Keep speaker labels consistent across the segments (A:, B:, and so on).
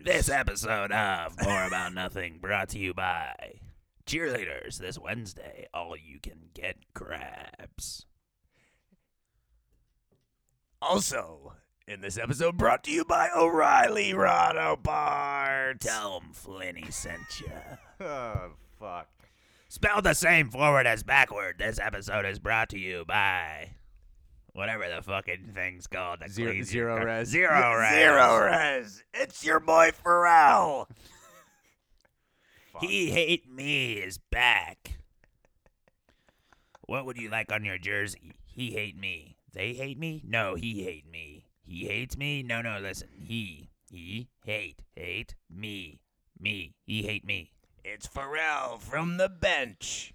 A: This episode of More About Nothing brought to you by Cheerleaders this Wednesday. All you can get crabs. Also, in this episode, brought to you by O'Reilly Roto Parts. Tell 'em Flinny sent you.
B: Oh, fuck.
A: Spelled the same forward as backward. This episode is brought to you by whatever the fucking thing's called. that
B: Zero-
A: cleans
B: zero
A: your car-
B: res.
A: Uh, Zero res.
B: Zero
A: res. It's your boy Pharrell.
B: Fuck.
A: He hate me is back. What would you like on your jersey? He hate me. They hate me? No, he hate me. He hates me? No, no, listen. He, he, hate, hate, me, me. He hate me.
B: It's Pharrell from the bench.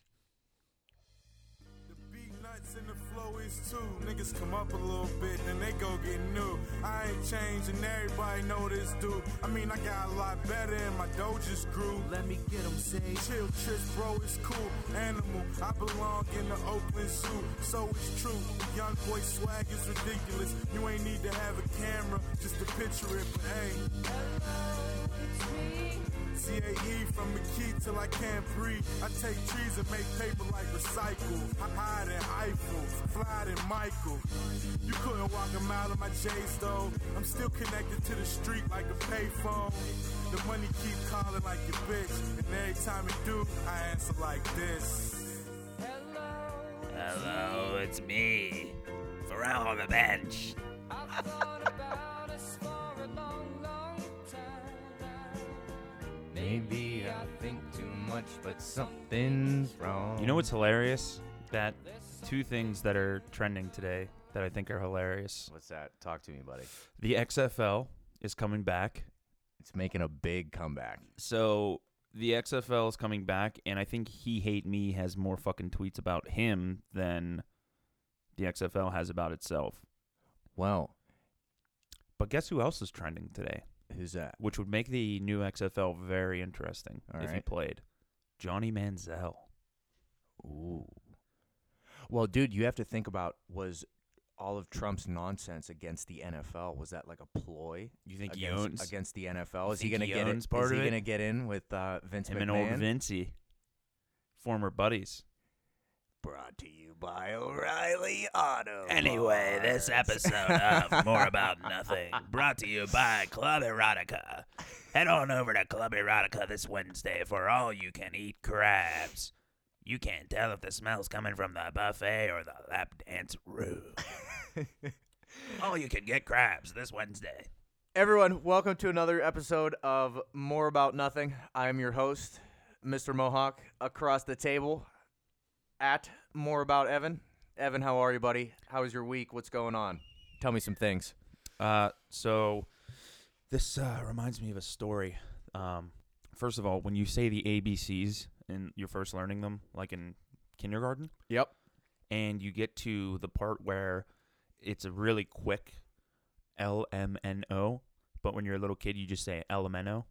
C: The beat nuts and the flow is too. Niggas come up a little bit and they go get new. I ain't changing, everybody know this dude. I mean, I got a lot better and my dough just grew. Let me get them, say. Chill, Tris, bro, it's cool. Animal, I belong in the Oakland Zoo. So it's true, young boy swag is ridiculous. You ain't need to have a camera just to picture it, but hey. CAE E from the key till I can't breathe. I take trees and make paper like recycle. I hide in Eiffel, fly in Michael. You couldn't walk a mile in my J's though. I'm still connected to the street like a payphone. The money keep calling like your bitch, and every time it do, I answer like this.
A: Hello, it's me, Pharrell on the bench.
D: Maybe I think too much, but something's wrong.
E: You know what's hilarious? That two things that are trending today that I think are hilarious.
D: What's that? Talk to me, buddy.
E: The XFL is coming back.
D: It's making a big comeback.
E: So the XFL is coming back, and I think He Hate Me has more fucking tweets about him than the XFL has about itself.
D: Well,
E: But guess who else is trending today?
D: who's that?
E: Which would make the new XFL very interesting
D: All
E: if he
D: right.
E: played. Johnny Manziel.
D: Ooh. Well, dude, you have to think about was all of Trump's nonsense against the NFL was that like a ploy?
E: You think he
D: against,
E: owns
D: against the NFL?
E: You
D: Is he
E: think
D: gonna
E: he
D: get
E: owns
D: in?
E: part
D: is
E: of
D: he
E: it?
D: gonna get in with uh, Vince
E: him
D: McMahon?
E: and old Vinci, former buddies?
D: Brought to you by O'Reilly Auto.
A: Anyway, this
D: Parts.
A: episode of More About Nothing brought to you by Club Erotica. Head on over to Club Erotica this Wednesday for all you can eat crabs. You can't tell if the smell's coming from the buffet or the lap dance room. all you can get crabs this Wednesday.
D: Everyone, welcome to another episode of More About Nothing. I am your host, Mr. Mohawk, across the table at More About Evan. Evan, how are you, buddy? How was your week? What's going on? Tell me some things.
E: Uh, so this uh, reminds me of a story. Um, first of all, when you say the ABCs and you're first learning them, like in kindergarten,
D: Yep.
E: and you get to the part where it's a really quick L M N O, but when you're a little kid, you just say L M N O.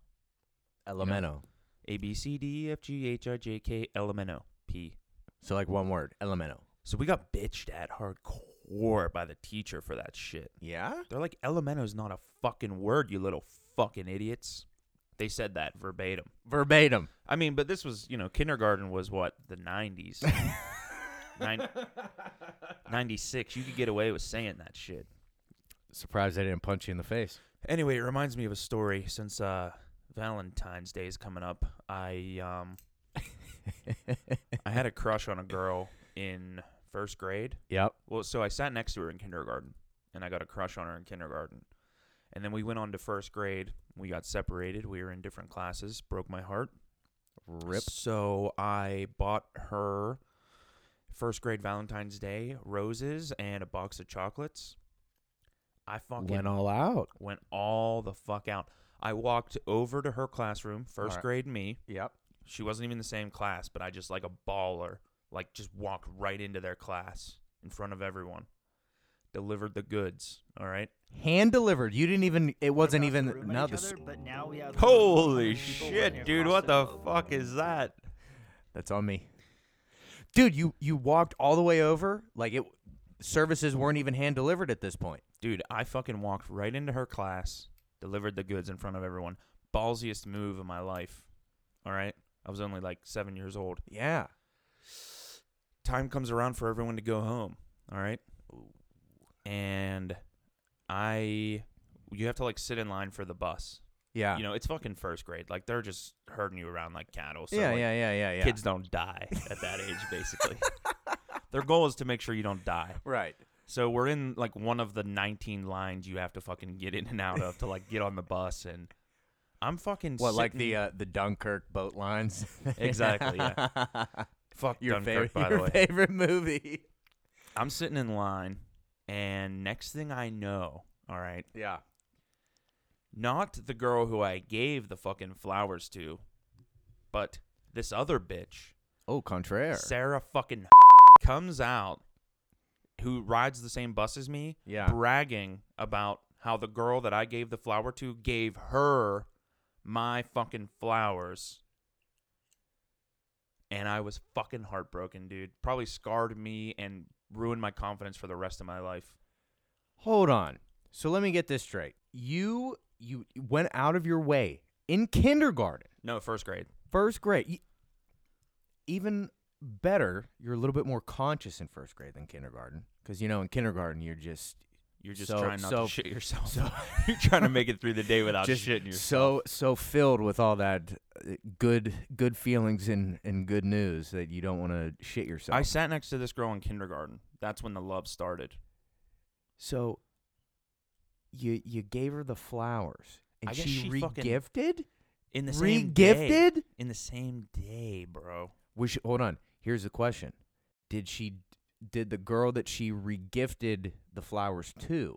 D: Elemento.
E: A B C D E F G H I J K L M N O P.
D: So, like one word, Elemento.
E: So we got bitched at hardcore by the teacher for that shit.
D: Yeah?
E: They're like, Elemento's not a fucking word, you little fucking idiots. They said that verbatim.
D: Verbatim.
E: I mean, but this was, you know, kindergarten was what, the 90s? Nin- 96. You could get away with saying that shit.
D: Surprised I didn't punch you in the face.
E: Anyway, it reminds me of a story since uh, Valentine's Day is coming up. I um, I had a crush on a girl in first grade.
D: Yep.
E: Well, so I sat next to her in kindergarten, and I got a crush on her in kindergarten. And then we went on to first grade. We got separated. We were in different classes. Broke my heart.
D: Rip.
E: So I bought her first grade Valentine's Day roses and a box of chocolates. I fucking went all,
D: all out.
E: the fuck out. I walked over to her classroom, first
D: Alright.
E: grade me.
D: Yep.
E: She wasn't even in the same class, but I just like a baller, like just walked right into their class in front of everyone. Delivered the goods, all right?
D: Hand delivered. You didn't even, it wasn't even, no, the, s-
F: but now we have
E: Holy shit, dude, what the fuck is that?
D: That's on me. Dude, you you walked all the way over like it services weren't even hand delivered at this point.
E: Dude, I fucking walked right into her class, delivered the goods in front of everyone. ballsiest move of my life. All right. I was only like seven years old.
D: Yeah.
E: Time comes around for everyone to go home. All right. And I, you have to like sit in line for the bus.
D: Yeah.
E: You know, it's fucking first grade. Like they're just herding you around like cattle. So
D: yeah,
E: like,
D: yeah, yeah, yeah, yeah.
E: Kids don't die at that age, basically. Their goal is to make sure you don't die.
D: Right.
E: So we're in like one of the 19 lines you have to fucking get in and out of to like get on the bus and I'm fucking
D: What like
E: sitting-
D: the uh, the Dunkirk boat lines?
E: Exactly, yeah. fuck
D: your
E: Dunkirk
D: favorite
E: by
D: your
E: the way.
D: favorite movie.
E: I'm sitting in line and next thing I know, all right,
D: Yeah.
E: not the girl who I gave the fucking flowers to, but this other bitch,
D: Oh, contraire.
E: Sarah fucking comes out who rides the same bus as me,
D: Yeah.
E: bragging about how the girl that I gave the flower to gave her my fucking flowers. And I was fucking heartbroken, dude. Probably scarred me and ruined my confidence for the rest of my life.
D: Hold on. So let me get this straight. You you went out of your way in kindergarten,
E: No, first grade.
D: first grade. You, even better, you're a little bit more conscious in first grade than kindergarten because you know in kindergarten you're just
E: You're just
D: So-
E: trying not
D: so-
E: to shit yourself.
D: so-
E: You're trying to make it through the day without
D: just
E: shitting yourself.
D: so so filled with all that uh, good good feelings and and good news that you don't want to shit yourself.
E: I sat next to this girl in kindergarten. That's when the love started.
D: so you you gave her the flowers
E: I
D: and
E: guess
D: she,
E: she fucking-
D: regifted.
E: In the same day.
D: Regifted.
E: In the same day, bro.
D: Was she, hold on. Here's the question: Did she? Did the girl that she regifted the flowers to?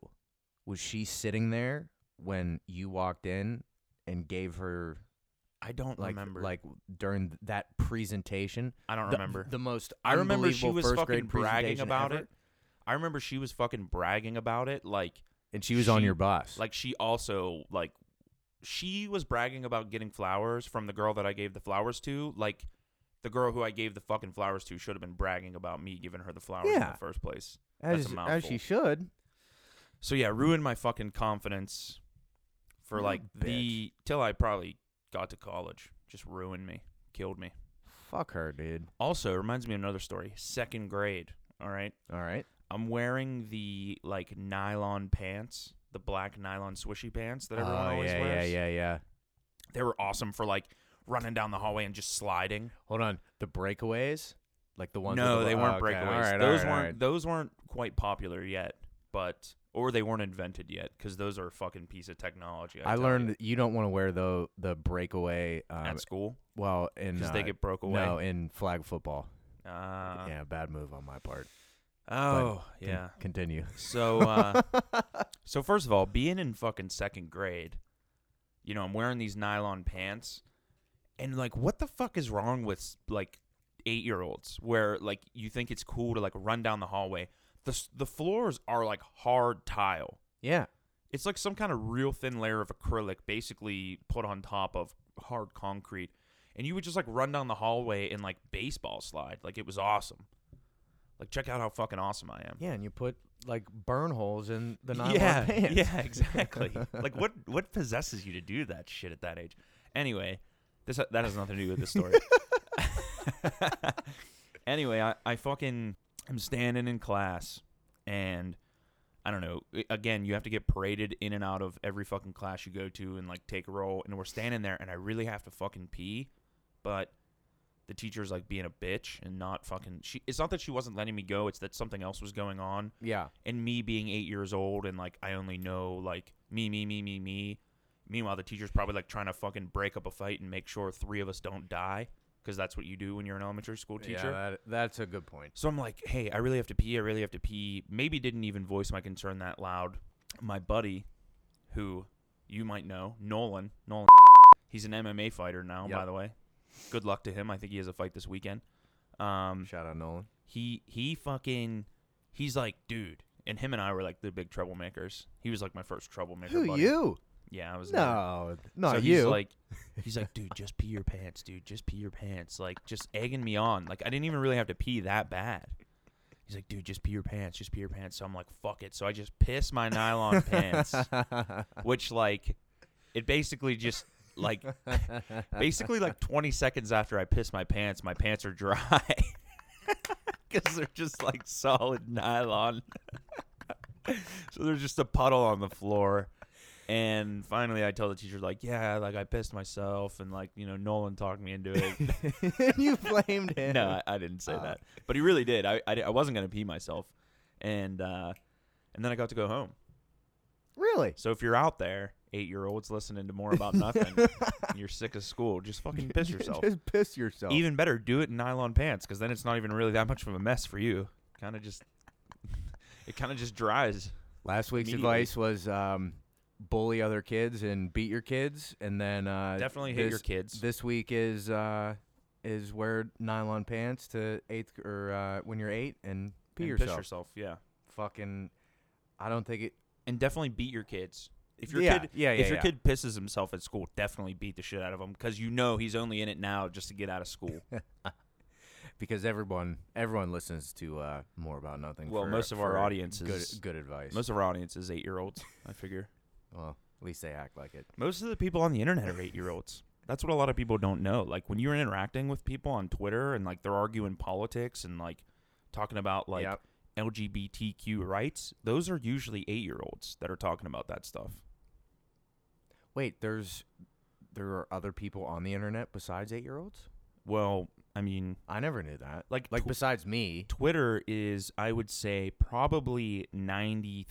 D: Was she sitting there when you walked in and gave her
E: I don't
D: like
E: remember.
D: like during that presentation?
E: I don't
D: The-
E: remember.
D: the, most.
E: I remember she
D: unbelievable
E: was
D: first
E: fucking
D: grade
E: bragging
D: presentation
E: about
D: ever,
E: it. I remember she was fucking bragging about it. Like,
D: and she was on
E: She-
D: your bus.
E: like she also like she was bragging about getting flowers from the girl that I gave the flowers to. Like, the girl who I gave the fucking flowers to should have been bragging about me giving her the flowers in
D: Yeah.
E: the first place.
D: as,
E: that's a
D: as she
E: mouthful.
D: should.
E: So yeah, ruined my fucking confidence for
D: You
E: like the till I probably got to college. Just ruined me, killed me.
D: Fuck her, dude.
E: Also, it reminds me of another story. Second grade. All right.
D: All right.
E: I'm wearing the like nylon pants, the black nylon swishy pants that everyone
D: oh
E: always
D: yeah,
E: wears.
D: yeah, yeah, yeah.
E: They were awesome for like running down the hallway and just sliding.
D: Hold on. The breakaways, like the ones. with
E: no,
D: the-
E: they
D: oh,
E: weren't
D: okay.
E: breakaways.
D: All right, all
E: those
D: right, all
E: weren't
D: right.
E: those weren't quite popular yet, but or they weren't invented yet because those are a fucking piece of technology. I,
D: I
E: tell
D: learned
E: you.
D: that you don't want to wear the the breakaway. Um,
E: at school
D: well, in
E: because
D: uh,
E: they get broke away.
D: no in flag football.
E: Uh,
D: yeah, bad move on my part.
E: Oh
D: Con-
E: yeah.
D: continue.
E: So uh, so first of all, being in fucking second grade, you know, I'm wearing these nylon pants, and like, what the fuck is wrong with like eight year olds where like you think it's cool to like run down the hallway? The s- the floors are like hard tile.
D: Yeah,
E: It's like some kind of real thin layer of acrylic, basically put on top of hard concrete. And you would just like run down the hallway and like baseball slide. Like it was awesome. Like check out how fucking awesome I am.
D: yeah, and you put like burn holes in the nylon
E: yeah,
D: pants.
E: Yeah, exactly. like what what possesses you to do that shit at that age? Anyway, this that has nothing to do with the story. anyway, I, I fucking I'm standing in class and I don't know. i- Again, you have to get paraded in and out of every fucking class you go to and like take a roll and we're standing there and I really have to fucking pee, but the teacher's like being a bitch and not fucking she it's not that she wasn't letting me go, it's that something else was going on
D: yeah,
E: and me being eight years old and like I only know like me, me, me, me, me. Meanwhile, the teacher's probably like trying to fucking break up a fight and make sure three of us don't die because that's what you do when you're an elementary
D: Oh,
E: school teacher.
D: Yeah, that, that's a good point.
E: so I'm like, hey, I really have to pee. I really have to pee. Maybe didn't even voice my concern that loud. My buddy, who you might know, Nolan, Nolan, he's an MMA fighter now, by
D: Yep.
E: the way. Good luck to him. I think he has a fight this weekend. Um,
D: Shout out Nolan.
E: he he fucking he's like dude and him and i were like the big troublemakers he was like my first troublemaker buddy.
D: you?
E: yeah i was
D: No, not
E: so
D: you.
E: he's like he's like dude just pee your pants dude just pee your pants like just egging me on like i didn't even really have to pee that bad he's like dude just pee your pants just pee your pants so i'm like fuck it so i just piss my nylon pants which like it basically just like basically like 20 seconds after I piss my pants, my pants are dry because they're just like solid nylon. so there's just a puddle on the floor. And finally, I tell the teacher, like, yeah, like I pissed myself, and like, you know, Nolan talked me into it.
D: you blamed him.
E: no, I, I didn't say that, but he really did. I, I, di- I wasn't gonna pee myself, and uh, and then I got to go home.
D: Really?
E: So if you're out there, eight year olds listening to more about nothing, and you're sick of school, just fucking piss yourself.
D: Just piss yourself.
E: Even better, do it in nylon pants because then it's not even really that much of a mess for you. Kind of just, it kind of just dries.
D: Last week's
E: Immediately.
D: advice was um, bully other kids and beat your kids, and then uh,
E: Definitely hit your
D: this-
E: kids.
D: This week is uh, is wear nylon pants to eighth gr- or uh, when you're eight and pee
E: and
D: yourself.
E: Piss yourself, yeah.
D: Fucking, I don't think it.
E: And definitely beat your kids. If your
D: Yeah,
E: kid,
D: yeah,
E: if
D: yeah,
E: your
D: yeah.
E: kid pisses himself at school, definitely beat the shit out of him because you know he's only in it now just to get out of school.
D: because everyone everyone listens to uh, more about nothing.
E: Well,
D: for-
E: most of our
D: for
E: audience
D: good,
E: is-
D: good advice.
E: Most of our audience is eight year olds. I figure
D: well, at least they act like it.
E: most of the people on the internet are eight year olds. That's what a lot of people don't know. Like when you're interacting with people on Twitter and like they're arguing politics and like talking about like
D: Yep.
E: LGBTQ rights, those are usually eight year olds that are talking about that stuff.
D: Wait, there's there are other people on the internet besides eight year olds.
E: Well, I mean,
D: I never knew that.
E: Like
D: like
E: tw-
D: besides me.
E: Twitter is, I would say, probably 93%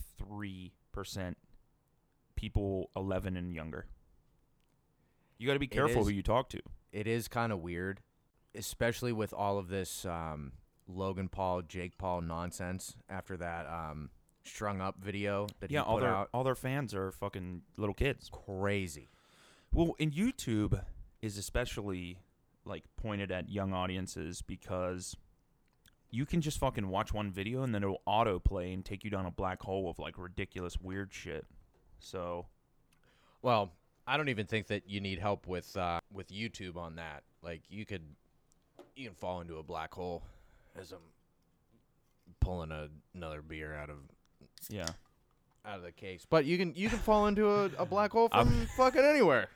E: people 11 and younger. You got to be careful
D: is-
E: who you talk to.
D: it is kind of weird, especially with all of this um, Logan Paul, Jake Paul nonsense after that um, strung up video that
E: yeah,
D: he
E: all
D: put
E: their
D: out.
E: all their fans are fucking little kids.
D: Crazy.
E: Well, and YouTube is especially like pointed at young audiences because you can just fucking watch one video and then it'll autoplay and take you down a black hole of like ridiculous weird shit. So
D: Well, I don't even think that you need help with uh, with YouTube on that. Like you could you can fall into a black hole as I'm pulling a, another beer out of
E: yeah,
D: out of the case. But you can you can fall into a, a black hole from fucking anywhere.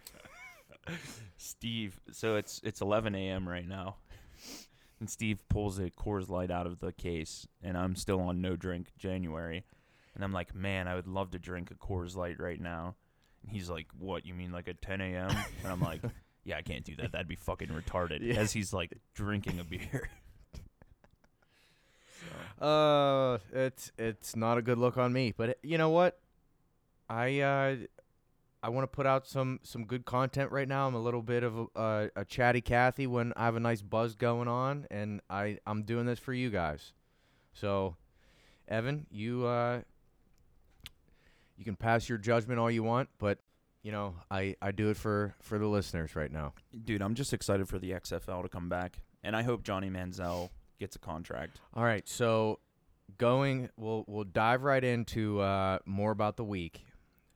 E: Steve. So it's it's 11 a.m. right now, and Steve pulls a Coors Light out of the case, and I'm still on no drink January, and I'm like, man, I would love to drink a Coors Light right now. And he's like, what? You mean like at 10 a.m.? And I'm like, yeah, I can't do that. That'd be fucking retarded. As he's like drinking a beer.
D: Uh, it's it's not a good look on me, but you know what? I uh, I want to put out some some good content right now. I'm a little bit of a, a, a chatty Cathy when I have a nice buzz going on, and I I'm doing this for you guys. So, Evan, you uh, you can pass your judgment all you want, but you know I I do it for for the listeners right now.
E: Dude, I'm just excited for the XFL to come back, and I hope Johnny Manziel gets a contract.
D: All right, so going, we'll we'll dive right into uh, more about the week.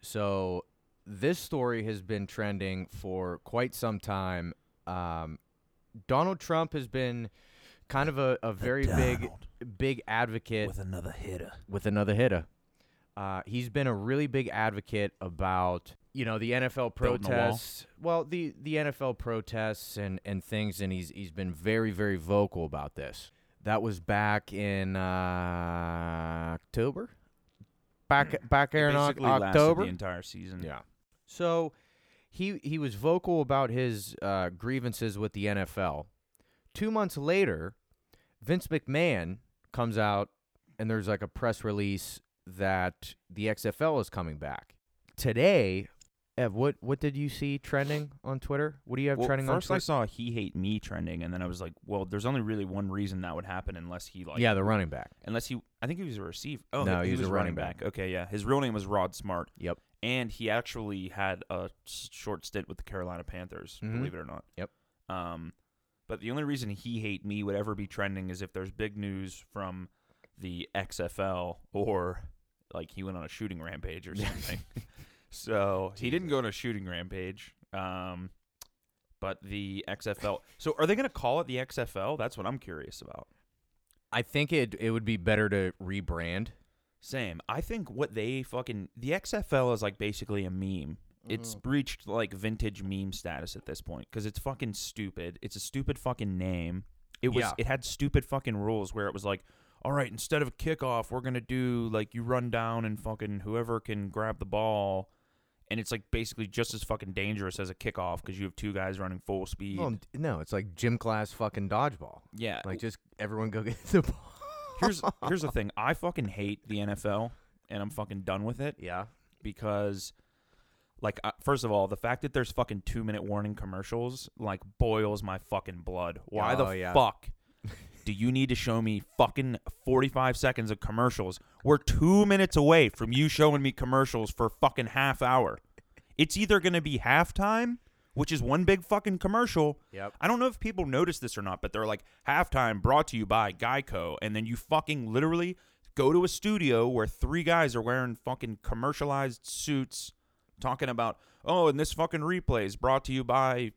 D: So this story has been trending for quite some time. Um, Donald Trump has been kind of a, a very big
G: Donald.
D: big advocate
G: with another hitter.
D: with another hitter. Uh, he's been a really big advocate about you know the NFL
E: Building a wall.
D: protests. Well, the the NFL protests and and things, and he's he's been very very vocal about this. That was back in uh, October, back back here in Oc-
E: Basically lasted
D: October.
E: the entire season.
D: Yeah. So he he was vocal about his uh, grievances with the NFL. Two months later, Vince McMahon comes out and there's like a press release that the XFL is coming back today. Ev, what what did you see trending on Twitter? What do you have
E: Well,
D: trending
E: first
D: on
E: I
D: Twitter?
E: saw he hate me trending, and then I was like, well, there's only really one reason that would happen unless he like,
D: yeah, the running back.
E: unless he, I think he was a receiver. Oh,
D: No,
E: he,
D: he was
E: was
D: a running
E: Okay, yeah, his real name was Rod Smart,
D: Yep.
E: and he actually had a s- short stint with the Carolina Panthers,
D: Mhm.
E: believe it or not.
D: Yep.
E: Um, but the only reason he hate me would ever be trending is if there's big news from the XFL or like he went on a shooting rampage or something. so he didn't go on a shooting rampage. Um, but the XFL. So are they going to call it the XFL? That's what I'm curious about.
D: I think it it would be better to rebrand.
E: Same. I think what they fucking the XFL is like basically a meme It's reached like vintage meme status at this point because it's fucking stupid. It's a stupid fucking name. It was.
D: Yeah.
E: It had stupid fucking rules where it was like, all right, instead of a kickoff, we're gonna do like you run down and fucking whoever can grab the ball, and it's like basically just as fucking dangerous as a kickoff because you have two guys running full speed.
D: Well, Oh, no, it's like gym class fucking dodgeball.
E: yeah,
D: Like just everyone go get the ball.
E: here's here's the thing. I fucking hate the NFL, and I'm fucking done with it
D: Yeah.
E: because, like, uh, first of all, the fact that there's fucking two minute warning commercials like boils my fucking blood. Why
D: Oh,
E: the
D: yeah.
E: fuck do you need to show me fucking 45 seconds of commercials? We're two minutes away from you showing me commercials for fucking half hour. It's either gonna be halftime. Which is one big fucking commercial,
D: Yep.
E: I don't know if people notice this or not, but they're like halftime brought to you by Geico, and then you fucking literally go to a studio where three guys are wearing fucking commercialized suits, talking about oh, and this fucking replay is brought to you by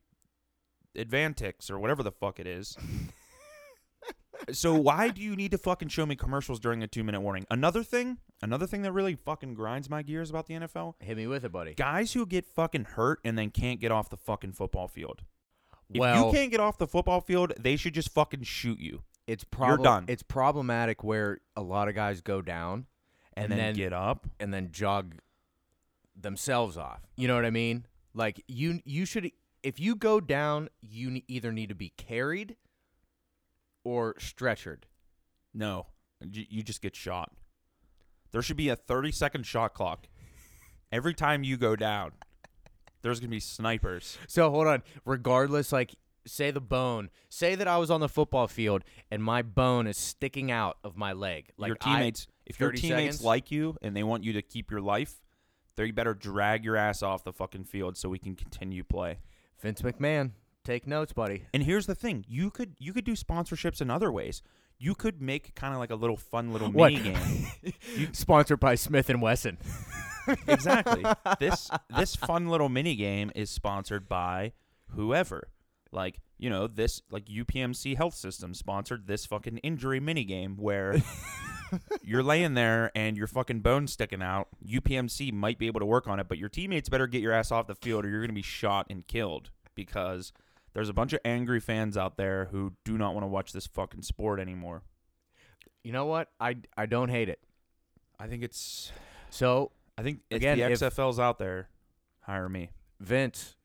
E: Advantix or whatever the fuck it is. so why do you need to fucking show me commercials during a two minute warning? Another thing, another thing that really fucking grinds my gears about the NFL.
D: Hit me with it, buddy.
E: Guys who get fucking hurt and then can't get off the fucking football field. If
D: Well,
E: you can't get off the football field, they should just fucking shoot you
D: it's
E: you're
D: prob-
E: done.
D: It's problematic where a lot of guys go down
E: and, then, get up.
D: and then jog themselves off. You know what I mean? Like you you should if you go down, you ne- either need to be carried or stretchered.
E: No, J- you just get shot. There should be a 30 second shot clock. Every time you go down, there's going to be snipers.
D: So hold on. Regardless, like say the bone. Say that I was on the football field and my bone is sticking out of my leg. Like
E: your
D: I-
E: teammates, if your
D: 30
E: teammates
D: seconds?
E: like you and they want you to keep your life, they better drag your ass off the fucking field so we can continue play.
D: Vince McMahon, take notes, buddy.
E: And here's the thing: you could you could do sponsorships in other ways. You could make kind of like a little fun little
D: What?
E: mini game.
D: Sponsored by Smith and Wesson.
E: exactly. This this fun little mini game is sponsored by whoever. Like you know this like UPMC Health System sponsored this fucking injury mini game where you're laying there and your fucking bone's sticking out. UPMC might be able to work on it, but your teammates better get your ass off the field or you're gonna be shot and killed because there's a bunch of angry fans out there who do not want to watch this fucking sport anymore.
D: You know what? I I don't hate it.
E: I think it's
D: So
E: I think if
D: Again,
E: the
D: if-
E: XFL's out there, hire me.
D: Vince,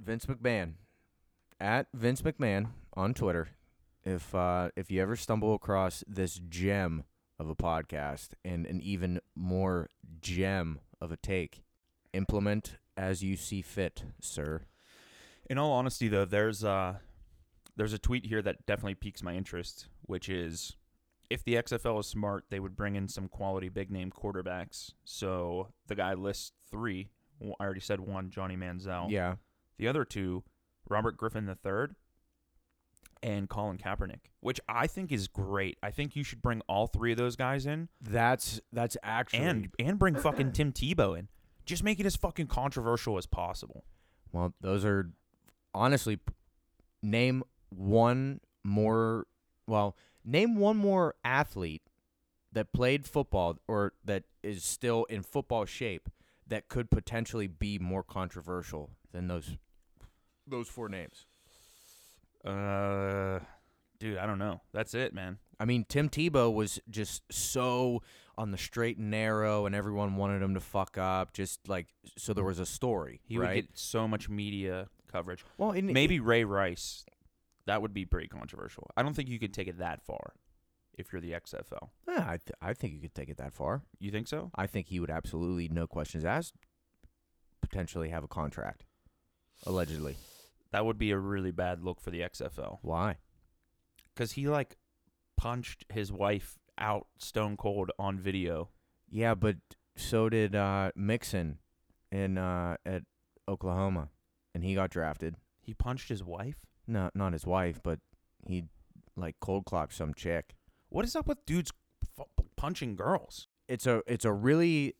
D: Vince McMahon, at Vince McMahon on Twitter. If uh, if you ever stumble across this gem of a podcast and an even more gem of a take, implement as you see fit, sir.
E: In all honesty, though, there's uh, there's a tweet here that definitely piques my interest, which is if the XFL is smart, they would bring in some quality big name quarterbacks. So the guy lists three. Well, I already said one, Johnny Manziel.
D: Yeah,
E: The other two, Robert Griffin III and Colin Kaepernick, which I think is great. I think you should bring all three of those guys in
D: that's that's actually
E: and and bring fucking Tim Tebow in. Just make it as fucking controversial as possible.
D: well, those are honestly p- name one more. Well, name one more athlete that played football or that is still in football shape that could potentially be more controversial than those those four names.
E: Uh, dude, I don't know. That's it, man.
D: I mean, Tim Tebow was just so on the straight and narrow, and everyone wanted him to fuck up. Just like so, there was a story,
E: He
D: right?
E: would get so much media coverage.
D: well, and-
E: Maybe Ray Rice. That would be pretty controversial. I don't think you could take it that far if you're the XFL.
D: Yeah, ah, I, th- I think you could take it that far.
E: You think so?
D: I think he would absolutely, no questions asked, potentially have a contract. Allegedly.
E: That would be a really bad look for the XFL
D: Why?
E: cuz he like punched his wife out stone cold on video.
D: Yeah, but so did uh, Mixon in uh, at Oklahoma, and he got drafted.
E: He punched his wife?
D: No, not his wife, but he like cold clocked some chick.
E: What is up with dudes f- punching girls?
D: It's a it's a really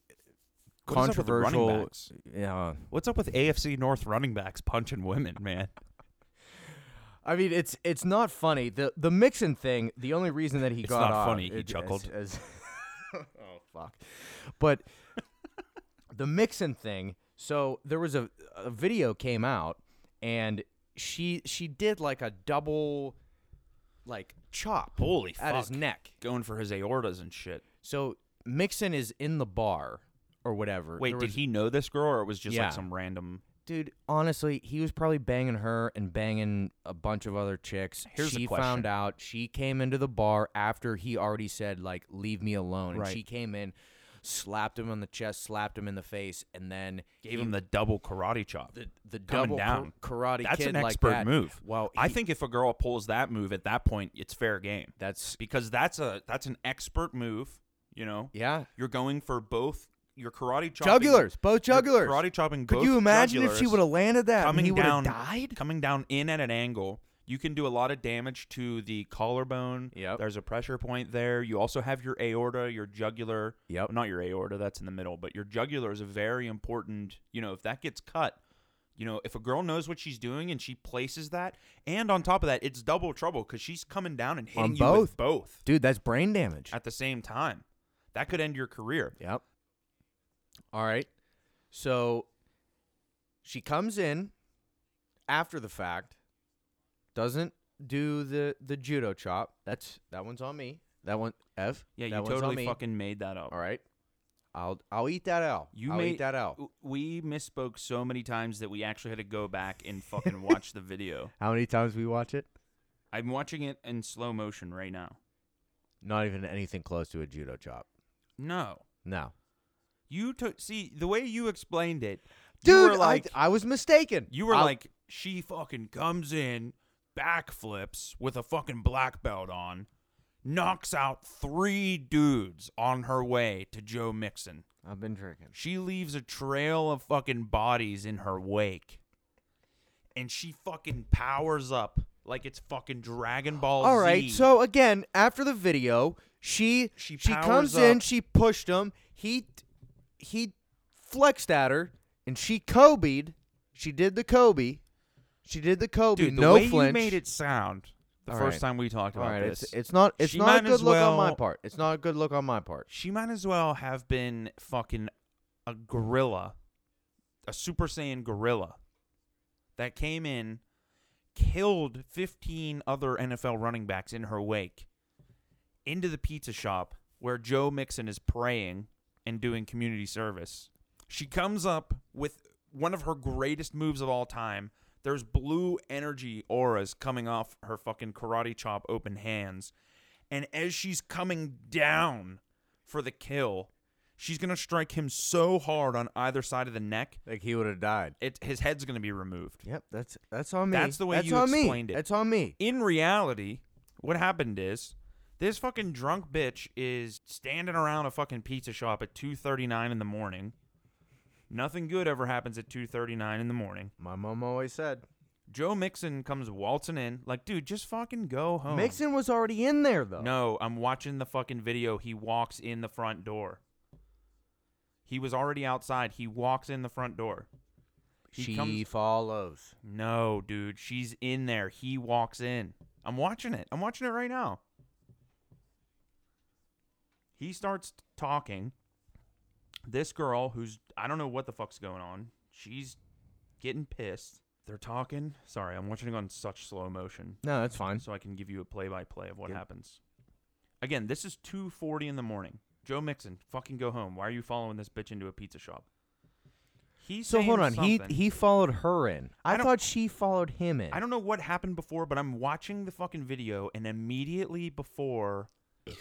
E: What is up with the running
D: controversial.
E: backs?
D: Yeah,
E: What's up with AFC North running backs punching women, man?
D: I mean it's it's not funny. the The Mixon thing. The only reason that he
E: It's
D: got
E: not
D: off-
E: funny, he
D: it- as-
E: chuckled.
D: as- oh fuck! But the Mixon thing So there was a, a video came out, and she she did like a double, like chop
E: Holy
D: at his
E: fuck.
D: neck.
E: Going for his aortas and shit.
D: So Mixon is in the bar or whatever.
E: Wait,
D: There
E: did
D: was-
E: he know this girl, or it was just
D: Yeah.
E: like some random?
D: Dude, honestly, he was probably banging her and banging a bunch of other chicks.
E: Here's the
D: she
E: question.
D: found out. She came into the bar after he already said like leave me alone.
E: Right.
D: And she came in, slapped him on the chest, slapped him in the face, and then
E: Gave him the double karate chop.
D: the the
E: coming
D: double
E: down.
D: kar- karate
E: That's
D: kid
E: an
D: like
E: expert
D: that.
E: move.
D: Well,
E: I
D: he-
E: think if a girl pulls that move at that point, it's fair game
D: that's
E: because that's a that's an expert move. You know,
D: yeah.
E: you're going for both your karate chopping,
D: Jugulars, both
E: your
D: jugulars.
E: karate chopping.
D: Could
E: both
D: you imagine if she
E: jugulars
D: would have landed that? and
E: coming
D: he would
E: down,
D: have died.
E: coming down in at an angle. You can do a lot of damage to the collarbone.
D: Yep.
E: There's a pressure point there. You also have your aorta, your jugular.
D: Yep.
E: Oh, Not your aorta, that's in the middle, but your jugular is a very important, you know, if that gets cut, you know, if a girl knows what she's doing and she places that, and on top of that, it's double trouble because she's coming down and hitting
D: On
E: you
D: both.
E: with both
D: Dude, that's brain damage.
E: at the same time. That could end your career.
D: Yep. All right. So she comes in after the fact, doesn't do the the judo chop. That's that one's on me. That one, F.
E: Yeah,
D: that
E: you
D: one's on
E: totally
D: me.
E: fucking made that up.
D: All right. I'll I'll eat that out.
E: You
D: I'll
E: made
D: eat that out.
E: w- We misspoke so many times that we actually had to go back and fucking watch the video.
D: How many times we watch it?
E: I'm watching it in slow motion right now.
D: Not even anything close to a judo chop.
E: No,
D: No.
E: you took see the way you explained it. you
D: Dude,
E: were
D: I,
E: like
D: I was mistaken.
E: you were
D: I'll-
E: like she fucking comes in, backflips with a fucking black belt on, knocks out three dudes on her way to Joe Mixon.
D: I've been drinking.
E: She leaves a trail of fucking bodies in her wake. And she fucking powers up like it's fucking Dragon Ball
D: All right.
E: Z.
D: So again, after the video, she
E: She
D: she,
E: powers
D: comes in.
E: up.
D: She pushed him. He he flexed at her, and she Kobe'd. She did the Kobe. She did the Kobe.
E: Dude, the
D: no
E: way
D: flinch.
E: you made it sound the
D: All
E: first
D: right.
E: time we talked
D: All
E: about
D: right.
E: this.
D: It's, it's not. It's
E: She
D: not a
E: might as
D: good look on my
E: well-
D: part. It's not a good look on my part.
E: she might as well have been fucking a gorilla, a Super Saiyan gorilla that came in, killed 15 other NFL running backs in her wake, into the pizza shop where Joe Mixon is praying and doing community service. She comes up with one of her greatest moves of all time. There's blue energy auras coming off her fucking karate chop open hands. And as she's coming down for the kill, she's going to strike him so hard on either side of the neck,
D: Like he would have died.
E: it, his head's going to be removed.
D: Yep. That's that's on me.
E: That's the way
D: that's
E: you
D: on
E: explained
D: me.
E: it.
D: That's on me.
E: In reality, what happened is this fucking drunk bitch is standing around a fucking pizza shop at 2:39 in the morning. Nothing good ever happens at 2:39 in the morning.
D: My mom always said.
E: Joe Mixon comes waltzing in like, "Dude, just fucking go home."
D: Mixon was already in there though.
E: Oh. No, I'm watching the fucking video. He walks in the front door. He was already outside. He walks in the front door. he
D: she
E: comes-
D: follows.
E: No, dude, she's in there. He walks in. I'm watching it. I'm watching it right now. He starts talking. This girl, who's I don't know what the fuck's going on, she's getting pissed. They're talking. Sorry, I'm watching it on such slow motion
D: No, that's fine.
E: so I can give you a play-by-play of what
D: Good.
E: happens. Again, this is 2:40 in the morning. Joe Mixon, fucking go home. Why are you following this bitch into a pizza shop? He's
D: So hold
E: saying
D: on, he
E: something.
D: he followed her in. I,
E: I don't-
D: thought she followed him in.
E: I don't know what happened before, but I'm watching the fucking video, and immediately before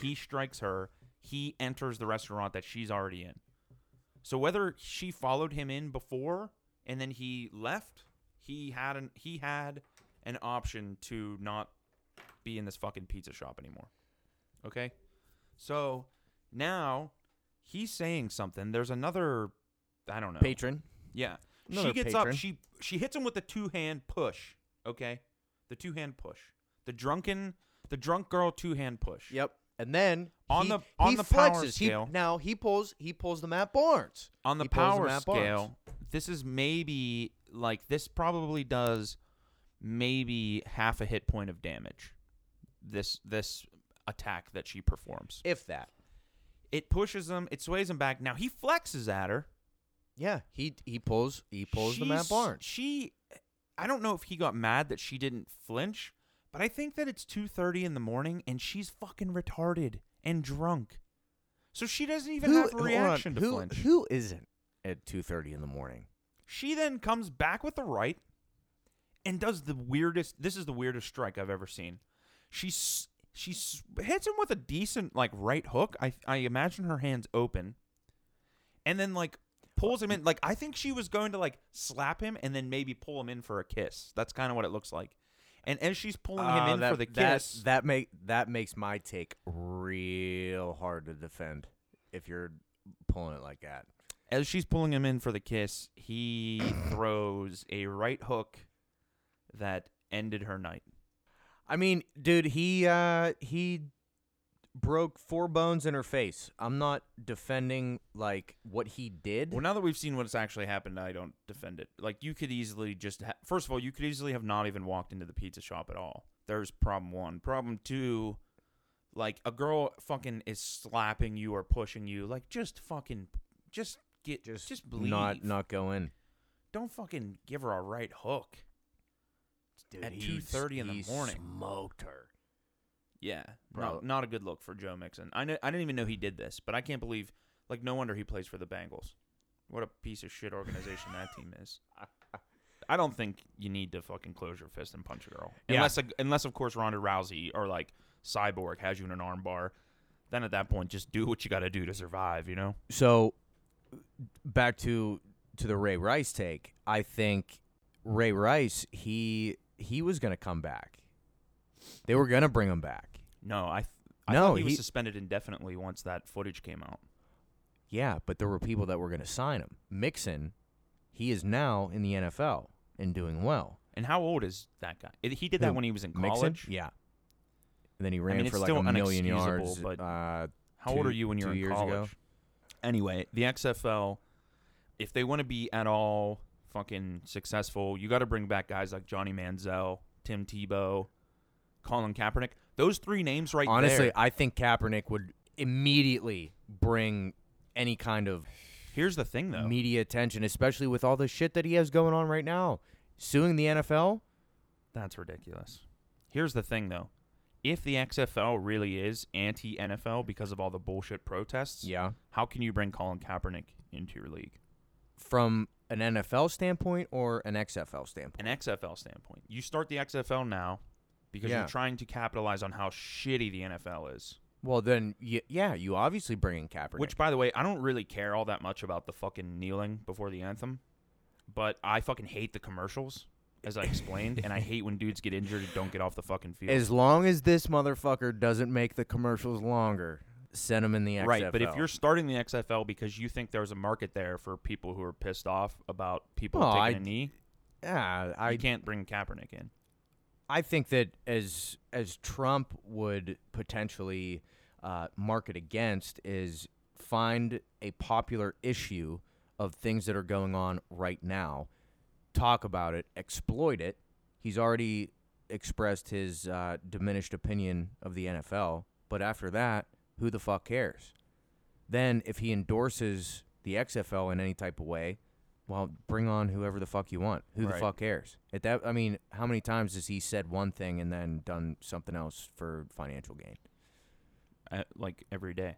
E: he strikes her, he enters the restaurant that she's already in. So whether she followed him in before and then he left, he had an he had an option to not be in this fucking pizza shop anymore. Okay? So now he's saying something. There's another I don't know.
D: patron.
E: Yeah.
D: Another
E: she gets
D: patron.
E: up, she she hits him with the two hand push. Okay? The two hand push. The drunken the drunk girl two hand push.
D: Yep. And then
E: On
D: he-
E: the- on
D: he
E: the power
D: flexes. He-
E: scale.
D: now he pulls he pulls the Matt Barnes
E: On the
D: He pulls
E: power
D: Matt Barnes.
E: scale, this is maybe like this probably does maybe half a hit point of damage. This this attack that she performs.
D: if that.
E: It pushes him, it sways him back. Now he flexes at her.
D: Yeah, he he pulls he pulls the Matt
E: She's-
D: Barnes.
E: She, I don't know if he got mad that she didn't flinch, but I think that it's two thirty in the morning and she's fucking retarded and drunk, so she doesn't even have a
D: hold on,
E: reaction to
D: who,
E: flinch.
D: who isn't at two thirty in the morning?
E: She then comes back with the right and does the weirdest. This is the weirdest strike I've ever seen. She s- she s- hits him with a decent like right hook. I I imagine her hands open, and then like pulls him in. Like I think she was going to like slap him and then maybe pull him in for a kiss. That's kind of what it looks like. And as she's pulling him
D: Uh,
E: in
D: that,
E: for the
D: that-
E: kiss,
D: That, make that makes my take real hard to defend if you're pulling it like that.
E: as she's pulling him in for the kiss, he throws a right hook that ended her night.
D: I mean, dude, he uh he broke four bones in her face. I'm not defending like what he did.
E: Well, now that we've seen what's actually happened, I don't defend it. Like you could easily just ha- first of all, you could easily have not even walked into the pizza shop at all. There's problem one. Problem two, like a girl fucking is slapping you or pushing you. Like just fucking, just get, just, just leave.
D: not not go in.
E: Don't fucking give her a right hook.
D: Dude,
E: At
D: he
E: 2:30 in the
D: he
E: morning.
D: smoked her.
E: Yeah,
D: Bro.
E: not, not a good look for Joe Mixon. I kn- I didn't even know he did this, but I can't believe. Like no wonder he plays for the Bengals. What a piece of shit organization that team is. I don't think you need to fucking close your fist and punch a girl,
D: Yeah.
E: unless unless of course Ronda Rousey or like Cyborg has you in an armbar. Then at that point, just do what you got to do to survive. You know.
D: So back to to the Ray Rice take. I think Ray Rice he he was going to come back. They were going to bring him back.
E: No, I. Th- I
D: No,
E: thought he was
D: he-
E: suspended indefinitely once that footage came out.
D: Yeah, but there were people that were going to sign him. Mixon, he is now in the NFL and doing well.
E: And how old is that guy? It- He did that
D: Who,
E: when he was in
D: Mixon?
E: college.
D: Yeah. And then he ran
E: mean, it's
D: for like
E: still
D: a million
E: unexcusable,
D: yards.
E: but
D: uh,
E: How old
D: two-
E: are you when you're
D: two
E: in
D: years
E: college?
D: ago.
E: Anyway, the XFL, if they want to be at all fucking successful, you got to bring back guys like Johnny Manziel, Tim Tebow, Colin Kaepernick. Those three names right
D: honestly,
E: there.
D: I think Kaepernick would immediately bring any kind of
E: Here's the thing, though.
D: media attention, especially with all the shit that he has going on right now, suing the NFL.
E: That's ridiculous. Here's the thing, though. If the XFL really is anti NFL because of all the bullshit protests,
D: Yeah.
E: how can you bring Colin Kaepernick into your league?
D: From an NFL standpoint or an XFL standpoint.
E: an XFL standpoint. You start the XFL now because
D: Yeah.
E: you're trying to capitalize on how shitty the NFL is.
D: Well, then, y- yeah, you obviously bring in Kaepernick.
E: Which, by the way, I don't really care all that much about the fucking kneeling before the anthem, but I fucking hate the commercials, as I explained, and I hate when dudes get injured and don't get off the fucking field.
D: As long as this motherfucker doesn't make the commercials longer, send him in the XFL.
E: Right, but if you're starting the XFL because you think there's a market there for people who are pissed off about people
D: Well,
E: taking
D: Oh, I-
E: a knee,
D: yeah,
E: I,
D: I
E: can't bring Kaepernick in.
D: I think that as as Trump would potentially uh, market against is find a popular issue of things that are going on right now, talk about it, exploit it. He's already expressed his uh, diminished opinion of the NFL, but after that, who the fuck cares? Then if he endorses the XFL in any type of way, well, bring on whoever the fuck you want. Who the
E: Right.
D: fuck cares? At that, I mean, how many times has he said one thing and then done something else for financial gain?
E: Uh, like every day,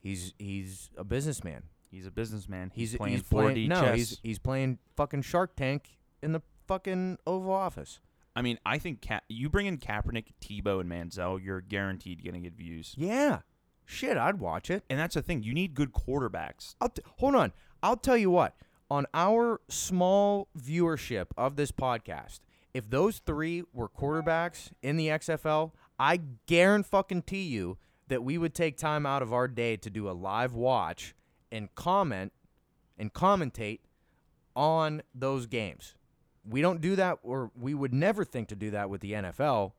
D: He's he's a businessman.
E: he's a businessman.
D: He's
E: playing
D: he's
E: 4D
D: playing no,
E: chess.
D: he's he's playing fucking Shark Tank in the fucking Oval Office.
E: I mean, I think Ka- you bring in Kaepernick, Tebow, and Manziel, you're guaranteed going to get views.
D: Yeah, shit, I'd watch it.
E: And that's the thing. You need good quarterbacks.
D: I'll t- hold on. I'll tell you what. On our small viewership of this podcast, if those three were quarterbacks in the XFL, I guarantee you that we would take time out of our day to do a live watch and comment and commentate on those games. We don't do that, or we would never think to do that with the NFL.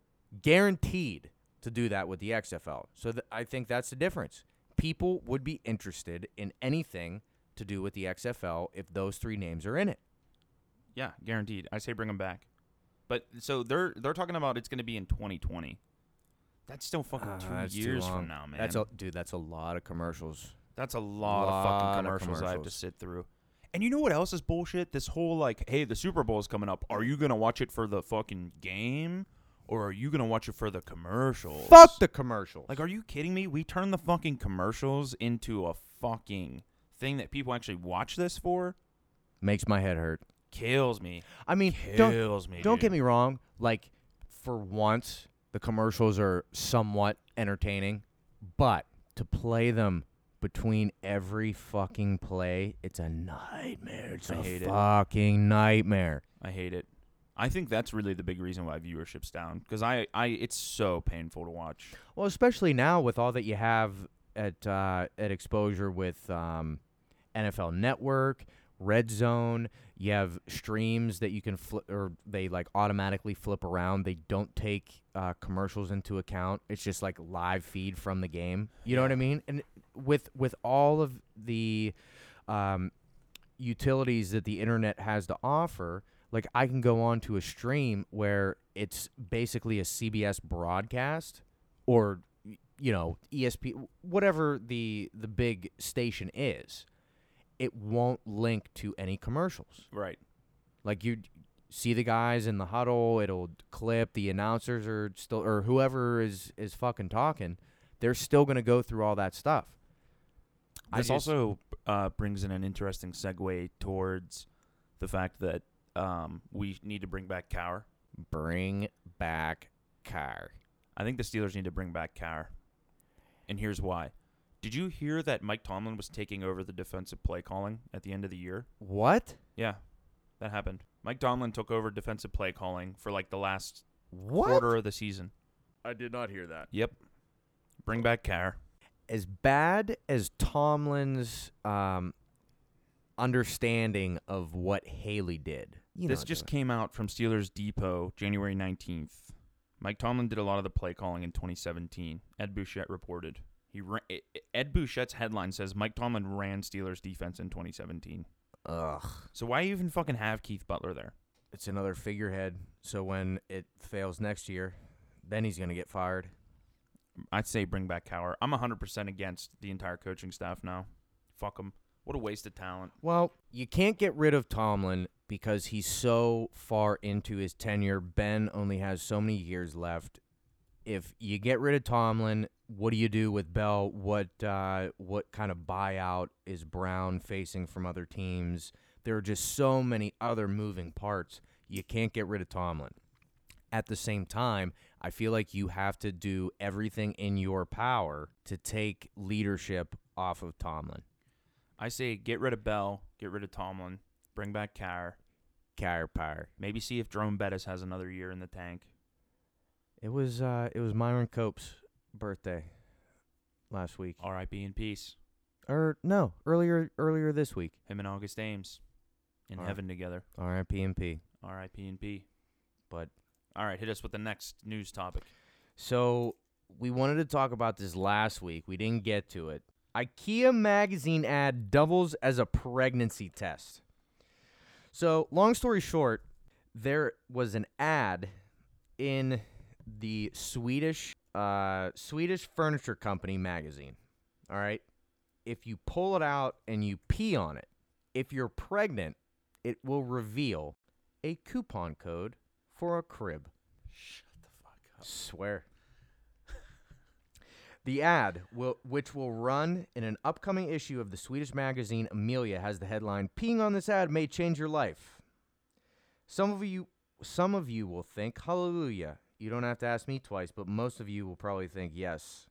D: Guaranteed to do that with the XFL. So th- I think that's the difference. People would be interested in anything to do with the XFL if those three names are in it.
E: Yeah, guaranteed. I say bring them back. But so they're they're talking about it's going to be in 2020. Ah, That's still
D: Ah,
E: fucking two years from now, man.
D: That's a, dude. That's a lot of commercials.
E: That's a lot,
D: Lot
E: of
D: of
E: fucking commercials, I have to
D: commercials.
E: sit through. And you know what else is bullshit? This whole like, hey, the Super Bowl is coming up. Are you gonna watch it for the fucking game, or are you gonna watch it for the commercials?
D: Fuck the commercial.
E: Like, are you kidding me? We turn the fucking commercials into a fucking thing that people actually watch this for.
D: makes my head hurt.
E: Kills me.
D: I mean, don't
E: Kills me.
D: don't
E: dude.
D: get me wrong. Like for once, the commercials are somewhat entertaining, but to play them between every fucking play, it's a nightmare. It's
E: I
D: a
E: hate it.
D: fucking nightmare.
E: I hate it. I think that's really the big reason why viewership's down because I, I, it's so painful to watch.
D: Well, especially now with all that you have at uh, at exposure with um, NFL Network, Red Zone. You have streams that you can flip, or they like automatically flip around. They don't take uh, commercials into account. It's just like live feed from the game. You know what I mean? And with with all of the um, utilities that the internet has to offer, like I can go on to a stream where it's basically a CBS broadcast or y- you know ESP whatever the the big station is it won't link to any commercials
E: Right.
D: like you see the guys in the huddle it'll clip the announcers are still or whoever is is fucking talking they're still going to go through all that stuff I
E: This
D: just-
E: also uh, brings in an interesting segue towards the fact that um, we need to bring back Cower.
D: bring back car
E: I think the Steelers need to bring back Cower, and here's why. Did you hear that Mike Tomlin was taking over the defensive play calling at the end of the year?
D: what
E: Yeah, that happened. Mike Tomlin took over defensive play calling for like the last
D: what
E: quarter of the season.
B: I did not hear that.
E: Yep. Bring back Cower.
D: as bad as Tomlin's um, understanding of what Haley did, you
E: this
D: know,
E: just
D: the-
E: came out from Steelers Depot, January 19th. Mike Tomlin did a lot of the play calling in 2017. Ed Bouchette reported. He ran, eh, Ed Bouchette's headline says Mike Tomlin ran Steelers defense in 2017.
D: ugh.
E: So why even fucking have Keith Butler there?
D: It's another figurehead. So when it fails next year, then he's gonna get fired.
E: I'd say bring back Cowher. I'm 100% against the entire coaching staff now. Fuck them. What a waste of talent.
D: Well, you can't get rid of Tomlin because he's so far into his tenure. Ben only has so many years left. If you get rid of Tomlin, what do you do with Bell? What uh, what kind of buyout is Brown facing from other teams? There are just so many other moving parts. You can't get rid of Tomlin. At the same time, I feel like you have to do everything in your power to take leadership off of Tomlin.
E: I say get rid of Bell, get rid of Tomlin, bring back Cowher.
D: Kyer Pyre.
E: Maybe see if Jerome Bettis has another year in the tank.
D: It was uh it was Myron Cope's birthday last week.
E: R.I.P. in peace.
D: Or no, earlier earlier this week.
E: Him and August Ames in
D: All right.
E: heaven together.
D: R.I.P. and P.
E: R.I.P. and P.
D: But-
E: all right, hit us with the next news topic.
D: So we wanted to talk about this last week. We didn't get to it. IKEA magazine ad doubles as a pregnancy test. So, long story short, there was an ad in the Swedish uh, Swedish furniture company magazine. All right, if you pull it out and you pee on it, if you're pregnant, it will reveal a coupon code for a crib. Swear. the ad, will, which will run in an upcoming issue of the Swedish magazine Amelia, has the headline "Peeing on this ad may change your life." Some of you, some of you will think, "Hallelujah." You don't have to ask me twice, but most of you will probably think, "Yes."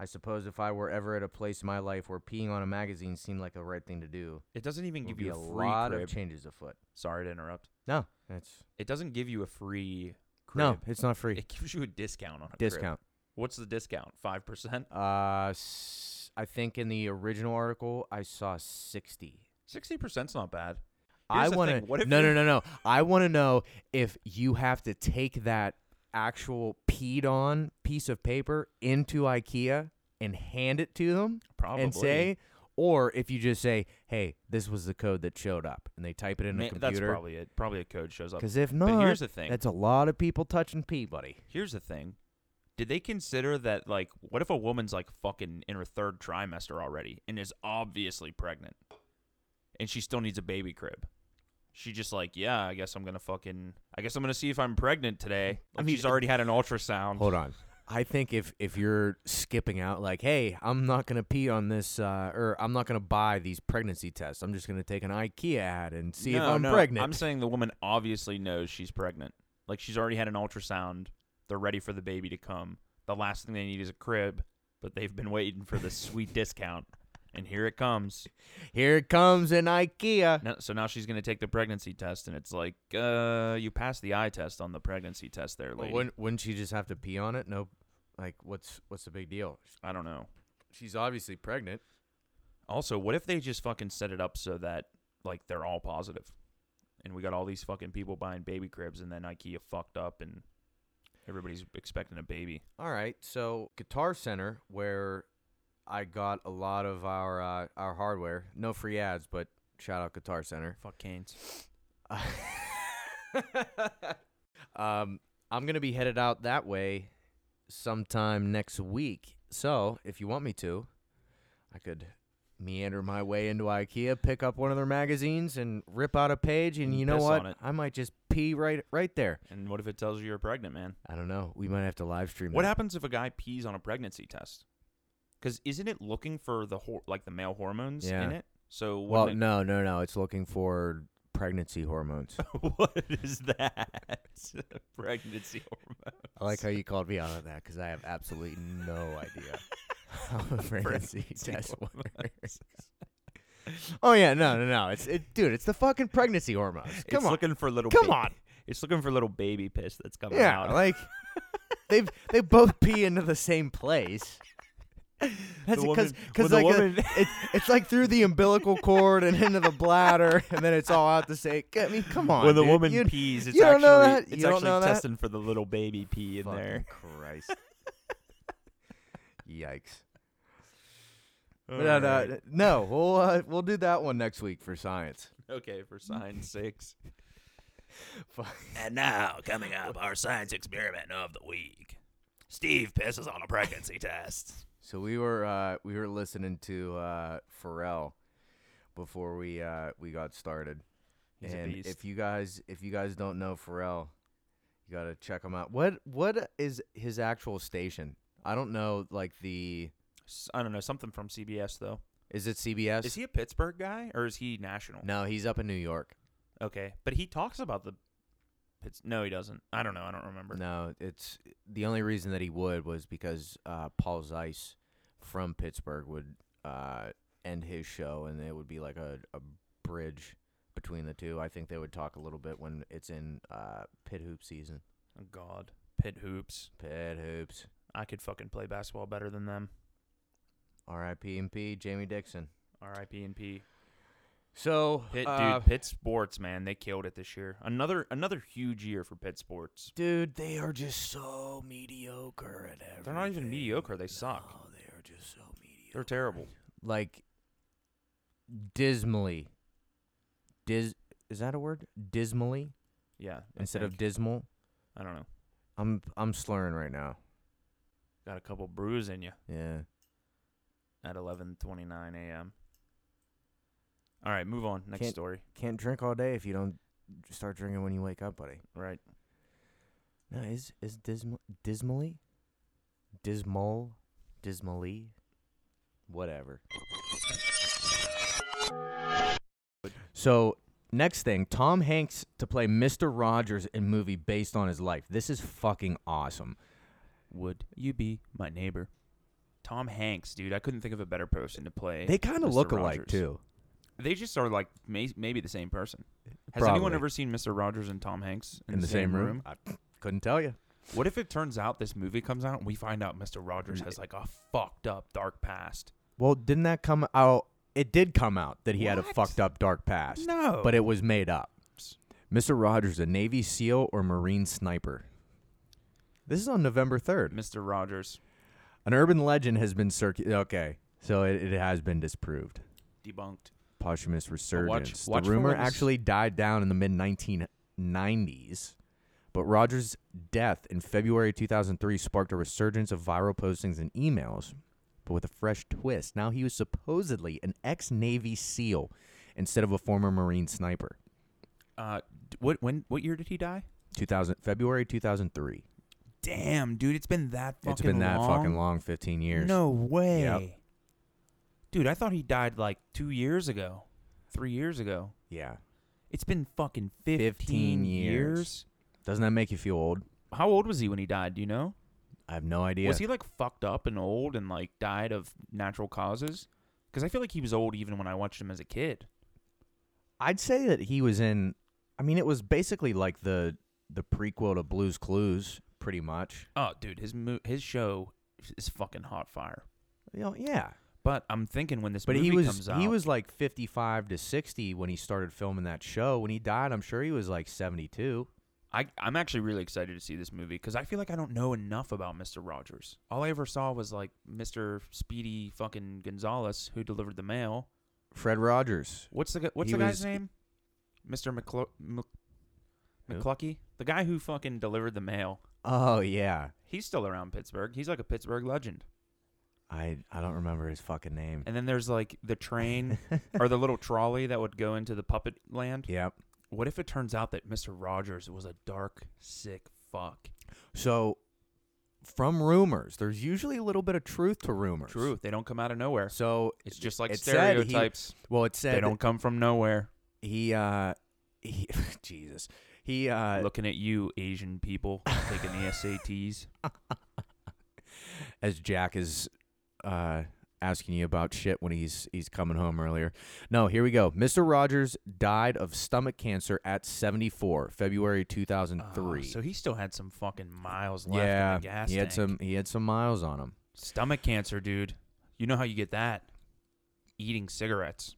D: I suppose if I were ever at a place in my life where peeing on a magazine seemed like the right thing to do,
E: It doesn't even
D: would
E: give
D: be
E: you
D: a
E: a free
D: lot
E: crib.
D: of changes afoot.
E: Sorry to interrupt.
D: No, that's
E: It doesn't give you a free crib.
D: no, it's not free.
E: It gives you a discount on a crib.
D: Discount.
E: What's the discount? Five percent.
D: Uh, s- I think in the original article I saw sixty.
E: Sixty percent's not bad.
D: I
E: Here's the
D: want
E: thing, what
D: to.
E: if
D: No, no,
E: you-
D: no, no. I want to know if you have to take that actual peed on piece of paper into IKEA and hand it to them
E: Probably.
D: and say, or if you just say, "Hey, this was the code that showed up," and they type it in
E: Ma-
D: a
E: that's
D: computer.
E: probably it. Probably a code shows up.
D: Because if not,
E: But here's the thing.
D: that's a lot of people touching pee, buddy.
E: Here's the thing. Did they consider that like what if a woman's like fucking in her third trimester already and is obviously pregnant? and she still needs a baby crib. She just like, yeah, I guess I'm gonna fucking, I guess I'm gonna see if I'm pregnant today. Like she's already had an ultrasound.
D: Hold on. I think if if you're skipping out, like, hey, I'm not gonna pee on this, uh, or I'm not gonna buy these pregnancy tests. I'm just gonna take an IKEA ad and see if
E: No,
D: I'm
E: no,
D: pregnant.
E: I'm saying the woman obviously knows she's pregnant. Like she's already had an ultrasound. They're ready for the baby to come. The last thing they need is a crib, but they've been waiting for this sweet discount, and here it comes.
D: Here it comes an IKEA.
E: No, so now she's gonna take the pregnancy test, and it's like, uh, you passed the eye test on the pregnancy test, there, lady.
D: wouldn't wouldn't she just have to pee on it? No, like, what's what's the big deal?
E: I don't know.
D: She's obviously pregnant.
E: Also, what if they just fucking set it up so that like they're all positive, and we got all these fucking people buying baby cribs, and then IKEA fucked up, and everybody's expecting a baby.
D: All right, so Guitar Center, where I got a lot of our uh, our hardware. No free ads, but shout out Guitar Center.
E: Fuck Canes.
D: Uh, um, I'm gonna be headed out that way sometime next week. So if you want me to, I could meander my way into IKEA, pick up one of their magazines, and rip out a page. And
E: And
D: you know
E: piss on
D: what?
E: it.
D: I might just pee right right there.
E: And what if it tells you you're pregnant, man?
D: I don't know. We might have to live stream.
E: What
D: that.
E: happens if a guy pees on a pregnancy test? Because isn't it looking for the hor- like the male hormones
D: Yeah.
E: in it? So
D: Well,
E: wouldn't
D: no, no, no. It's looking for pregnancy hormones.
E: it- what is that? pregnancy hormone.
D: I like how you called me out on that because I have absolutely no idea how a pregnancy test works. oh yeah, no, no, no. It's it, dude. It's the fucking pregnancy hormones. Come
E: it's
D: on,
E: looking for little.
D: Come
E: ba-
D: on.
E: It's looking for little baby piss that's coming
D: yeah,
E: out.
D: like they've they both pee into the same place. That's
E: The
D: because
E: woman-
D: because
E: when
D: like
E: the
D: a-
E: woman-
D: it's it's like through the umbilical cord and into the bladder, and then it's all out the same. I mean, come on.
E: when the
D: dude.
E: woman
D: You-
E: pees, it's
D: you
E: actually
D: don't know that?
E: it's
D: You don't
E: actually
D: know that?
E: testing for the little baby pee in
D: Fucking
E: there.
D: Christ. Yikes. But, uh,
E: Alright.
D: no, we'll uh, we'll do that one next week for science.
E: Okay, for sign six.
A: And now, coming up, our science experiment of the week. Steve pisses on a pregnancy test.
D: So we were uh, we were listening to uh, Pharrell before we uh, we got started.
E: He's a
D: and
E: beast.
D: if you guys if you guys don't know Pharrell, you gotta check him out. What what is his actual station? I don't know. Like the
E: S- I don't know something from CBS though.
D: is it CBS?
E: Is he a Pittsburgh guy or is he national?
D: no, he's up in New York.
E: Okay, but he talks about the. Pitts. No, he doesn't. I don't know. I don't remember.
D: No, it's the only reason that he would was because uh, Paul Zeiss from Pittsburgh would uh, end his show, and it would be like a, a bridge between the two. I think they would talk a little bit when it's in uh, pit hoop season.
E: Oh, God, pit hoops.
D: Pit hoops.
E: I could fucking play basketball better than them.
D: R.I.P. and P. Jamie Dixon.
E: R.I.P. and P.
D: So,
E: Pitt,
D: uh,
E: dude, Pitt sports, man, they killed it this year. Another another huge year for Pitt sports.
D: dude, they are just so mediocre at everything.
E: They're not even mediocre. They suck.
D: Oh, they are just so mediocre.
E: They're terrible.
D: like dismally. Dis is that a word? Dismally
E: Yeah. I
D: instead of
E: think.
D: dismal.
E: I don't know.
D: I'm I'm slurring right now.
E: Got a couple brews in you
D: Yeah.
E: at 11:29 a.m. All right, move on. Next
D: Can't-
E: story.
D: Can't drink all day if you don't start drinking when you wake up, buddy.
E: Right.
D: No, is is dismal dismally? Dismal dismally? Whatever. So next thing, Tom Hanks to play Mr. Rogers in movie based on his life. This is fucking awesome.
E: Would you be my neighbor? Tom Hanks, dude. I couldn't think of a better person to play.
D: They kind of
E: Mr.
D: look alike
E: Rogers.
D: too.
E: They just are like may- maybe the same person. Has anyone
D: Probably.
E: ever seen Mr. Rogers and Tom Hanks in,
D: I couldn't tell you.
E: What if it turns out this movie comes out and we find out Mr.
D: Mm.
E: Rogers has like a fucked up dark past?
D: Well, didn't that come out? It did come out that he had a
E: What?
D: fucked up dark past.
E: No.
D: But it was made up. Mr. Rogers, a Navy SEAL or Marine sniper. This is on November 3rd.
E: Mr. Rogers
D: An urban legend has been circulated. Okay. So it, it has been disproved.
E: debunked.
D: Posthumous resurgence.
E: watch
D: the
E: for
D: rumor
E: when this-
D: actually died down in the mid 1990s, but Rogers' death in February 2003 sparked a resurgence of viral postings and emails, but with a fresh twist. Now he was supposedly an ex Navy SEAL instead of a former Marine sniper.
E: Uh, d- what when what year did he die?
D: 2000 February 2003.
E: Damn, dude, it's been that fucking
D: it's been that
E: long.
D: fucking long, 15 years.
E: No way. Dude, I thought he died like 2 years ago. 3 years ago.
D: Yeah.
E: It's been fucking 15,
D: 15 years.
E: years.
D: Doesn't that make you feel old?
E: How old was he when he died, do you know?
D: I have no idea.
E: Was he like fucked up and old and like died of natural causes? Cuz I feel like he was old even when I watched him as a kid.
D: I'd say that he was in. I mean, it was basically like the the prequel to Blue's Clues, pretty much.
E: Oh, dude, his mo- his show is fucking hot fire.
D: You know, yeah.
E: But I'm thinking when this
D: But
E: movie
D: he was
E: comes out,
D: he was like 55 to 60 when he started filming that show. When he died, I'm sure he was like 72.
E: I, I'm actually really excited to see this movie because I feel like I don't know enough about Mr. Rogers. All I ever saw was like Mr. Speedy fucking Gonzalez who delivered the mail.
D: Fred Rogers.
E: What's the gu- what's
D: He
E: the guy's
D: was-
E: name? Mr. McClo- Mc-
D: Who?
E: McClucky, the guy who fucking delivered the mail.
D: Oh yeah.
E: He's still around Pittsburgh. He's like a Pittsburgh legend.
D: I I don't remember his fucking name.
E: And then there's like the train or the little trolley that would go into the puppet land.
D: Yep.
E: What if it turns out that Mr. Rogers was a dark, sick fuck?
D: So from rumors, there's usually a little bit of truth to rumors.
E: Truth. They don't come out of nowhere.
D: So
E: It's just like
D: it said he-
E: stereotypes.
D: well, it said
E: they don't come from nowhere.
D: that he uh he Jesus. He uh
E: Looking at you, Asian people, taking the SATs.
D: as Jack is uh, asking you about shit when he's he's coming home earlier. No, here we go. Mr. Rogers died of stomach cancer at 74, February
E: Oh,
D: 2003.
E: so he still had some fucking miles left in
D: yeah,
E: the gas
D: he had
E: tank.
D: some he had some miles on him.
E: stomach cancer, dude. You know how you get that? Eating cigarettes.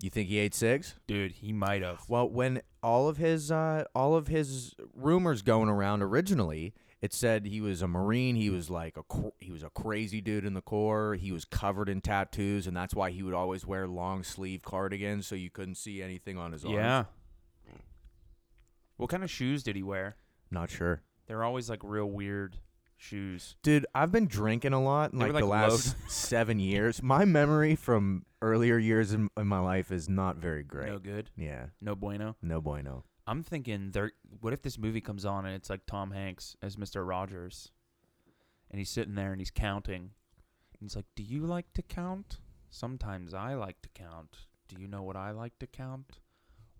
D: You think he ate cigs?
E: Dude, he might have.
D: Well, when all of his uh, all of his rumors going around originally, it said he was a marine. He was like a cr- he was a crazy dude in the Corps. He was covered in tattoos, and that's why he would always wear long sleeve cardigans so you couldn't see anything on his arms.
E: Yeah. What kind of shoes did he wear?
D: Not sure.
E: They're always like real weird shoes.
D: Dude, I've been drinking a lot in
E: They
D: like,
E: were,
D: the
E: like, low-
D: last seven years. My memory from earlier years in, in my life is not very great.
E: No good.
D: Yeah,
E: No bueno.
D: no bueno.
E: I'm thinking there. What if this movie comes on and it's like Tom Hanks as Mister Rogers, and he's sitting there and he's counting, and he's like, "Do you like to count? Sometimes I like to count. Do you know what I like to count?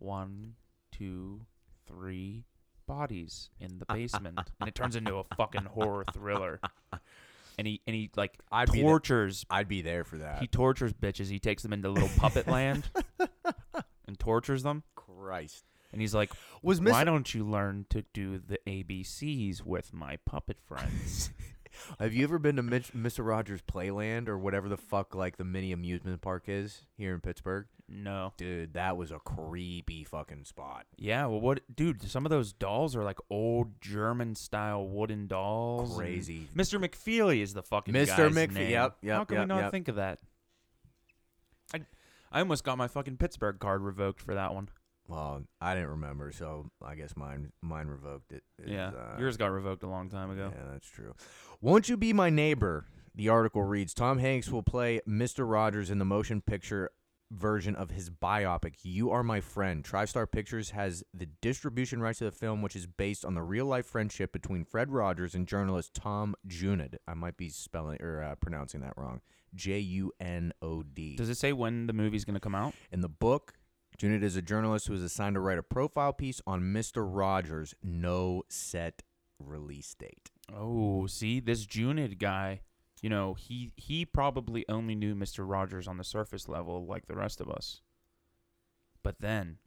E: One, two, three bodies in the basement." and it turns into a fucking horror thriller. And he and he like
D: I'd be the-
E: tortures
D: I'd be there for that.
E: he tortures bitches. He takes them into little puppet land and tortures them.
D: Christ.
E: And he's like,
D: Was
E: why
D: Miss?
E: don't you learn to do the ABCs with my puppet friends?
D: Have you ever been to Mitch, Mr. Rogers Playland or whatever the fuck like the mini amusement park is here in Pittsburgh?
E: no.
D: Dude, that was a creepy fucking spot.
E: Yeah, well, what, dude? Some of those dolls are like old German style wooden dolls. and-
D: Crazy.
E: Mr. McFeely is the fucking
D: Mr.
E: guy's
D: McFee-
E: name.
D: yep, yep,
E: How can we
D: yep,
E: not
D: yep.
E: think of that? I, I almost got my fucking Pittsburgh card revoked for that one.
D: Well, I didn't remember, so I guess mine mine revoked it. It's,
E: yeah,
D: uh,
E: yours got revoked a long time ago.
D: Yeah, that's true. Won't you be my neighbor? The article reads Tom Hanks will play Mr. Rogers in the motion picture version of his biopic You Are My Friend. TriStar Pictures has the distribution rights to the film which is based on the real-life friendship between Fred Rogers and journalist Tom Junod. I might be spelling or uh, pronouncing that wrong. J U N O D.
E: Does it say when the movie's gonna come out?
D: In the book, Junot is a journalist who is assigned to write a profile piece on Mr. Rogers, no set release date.
E: Oh, see, this Junid guy, you know, he he probably only knew Mister Rogers on the surface level, like the rest of us. But then,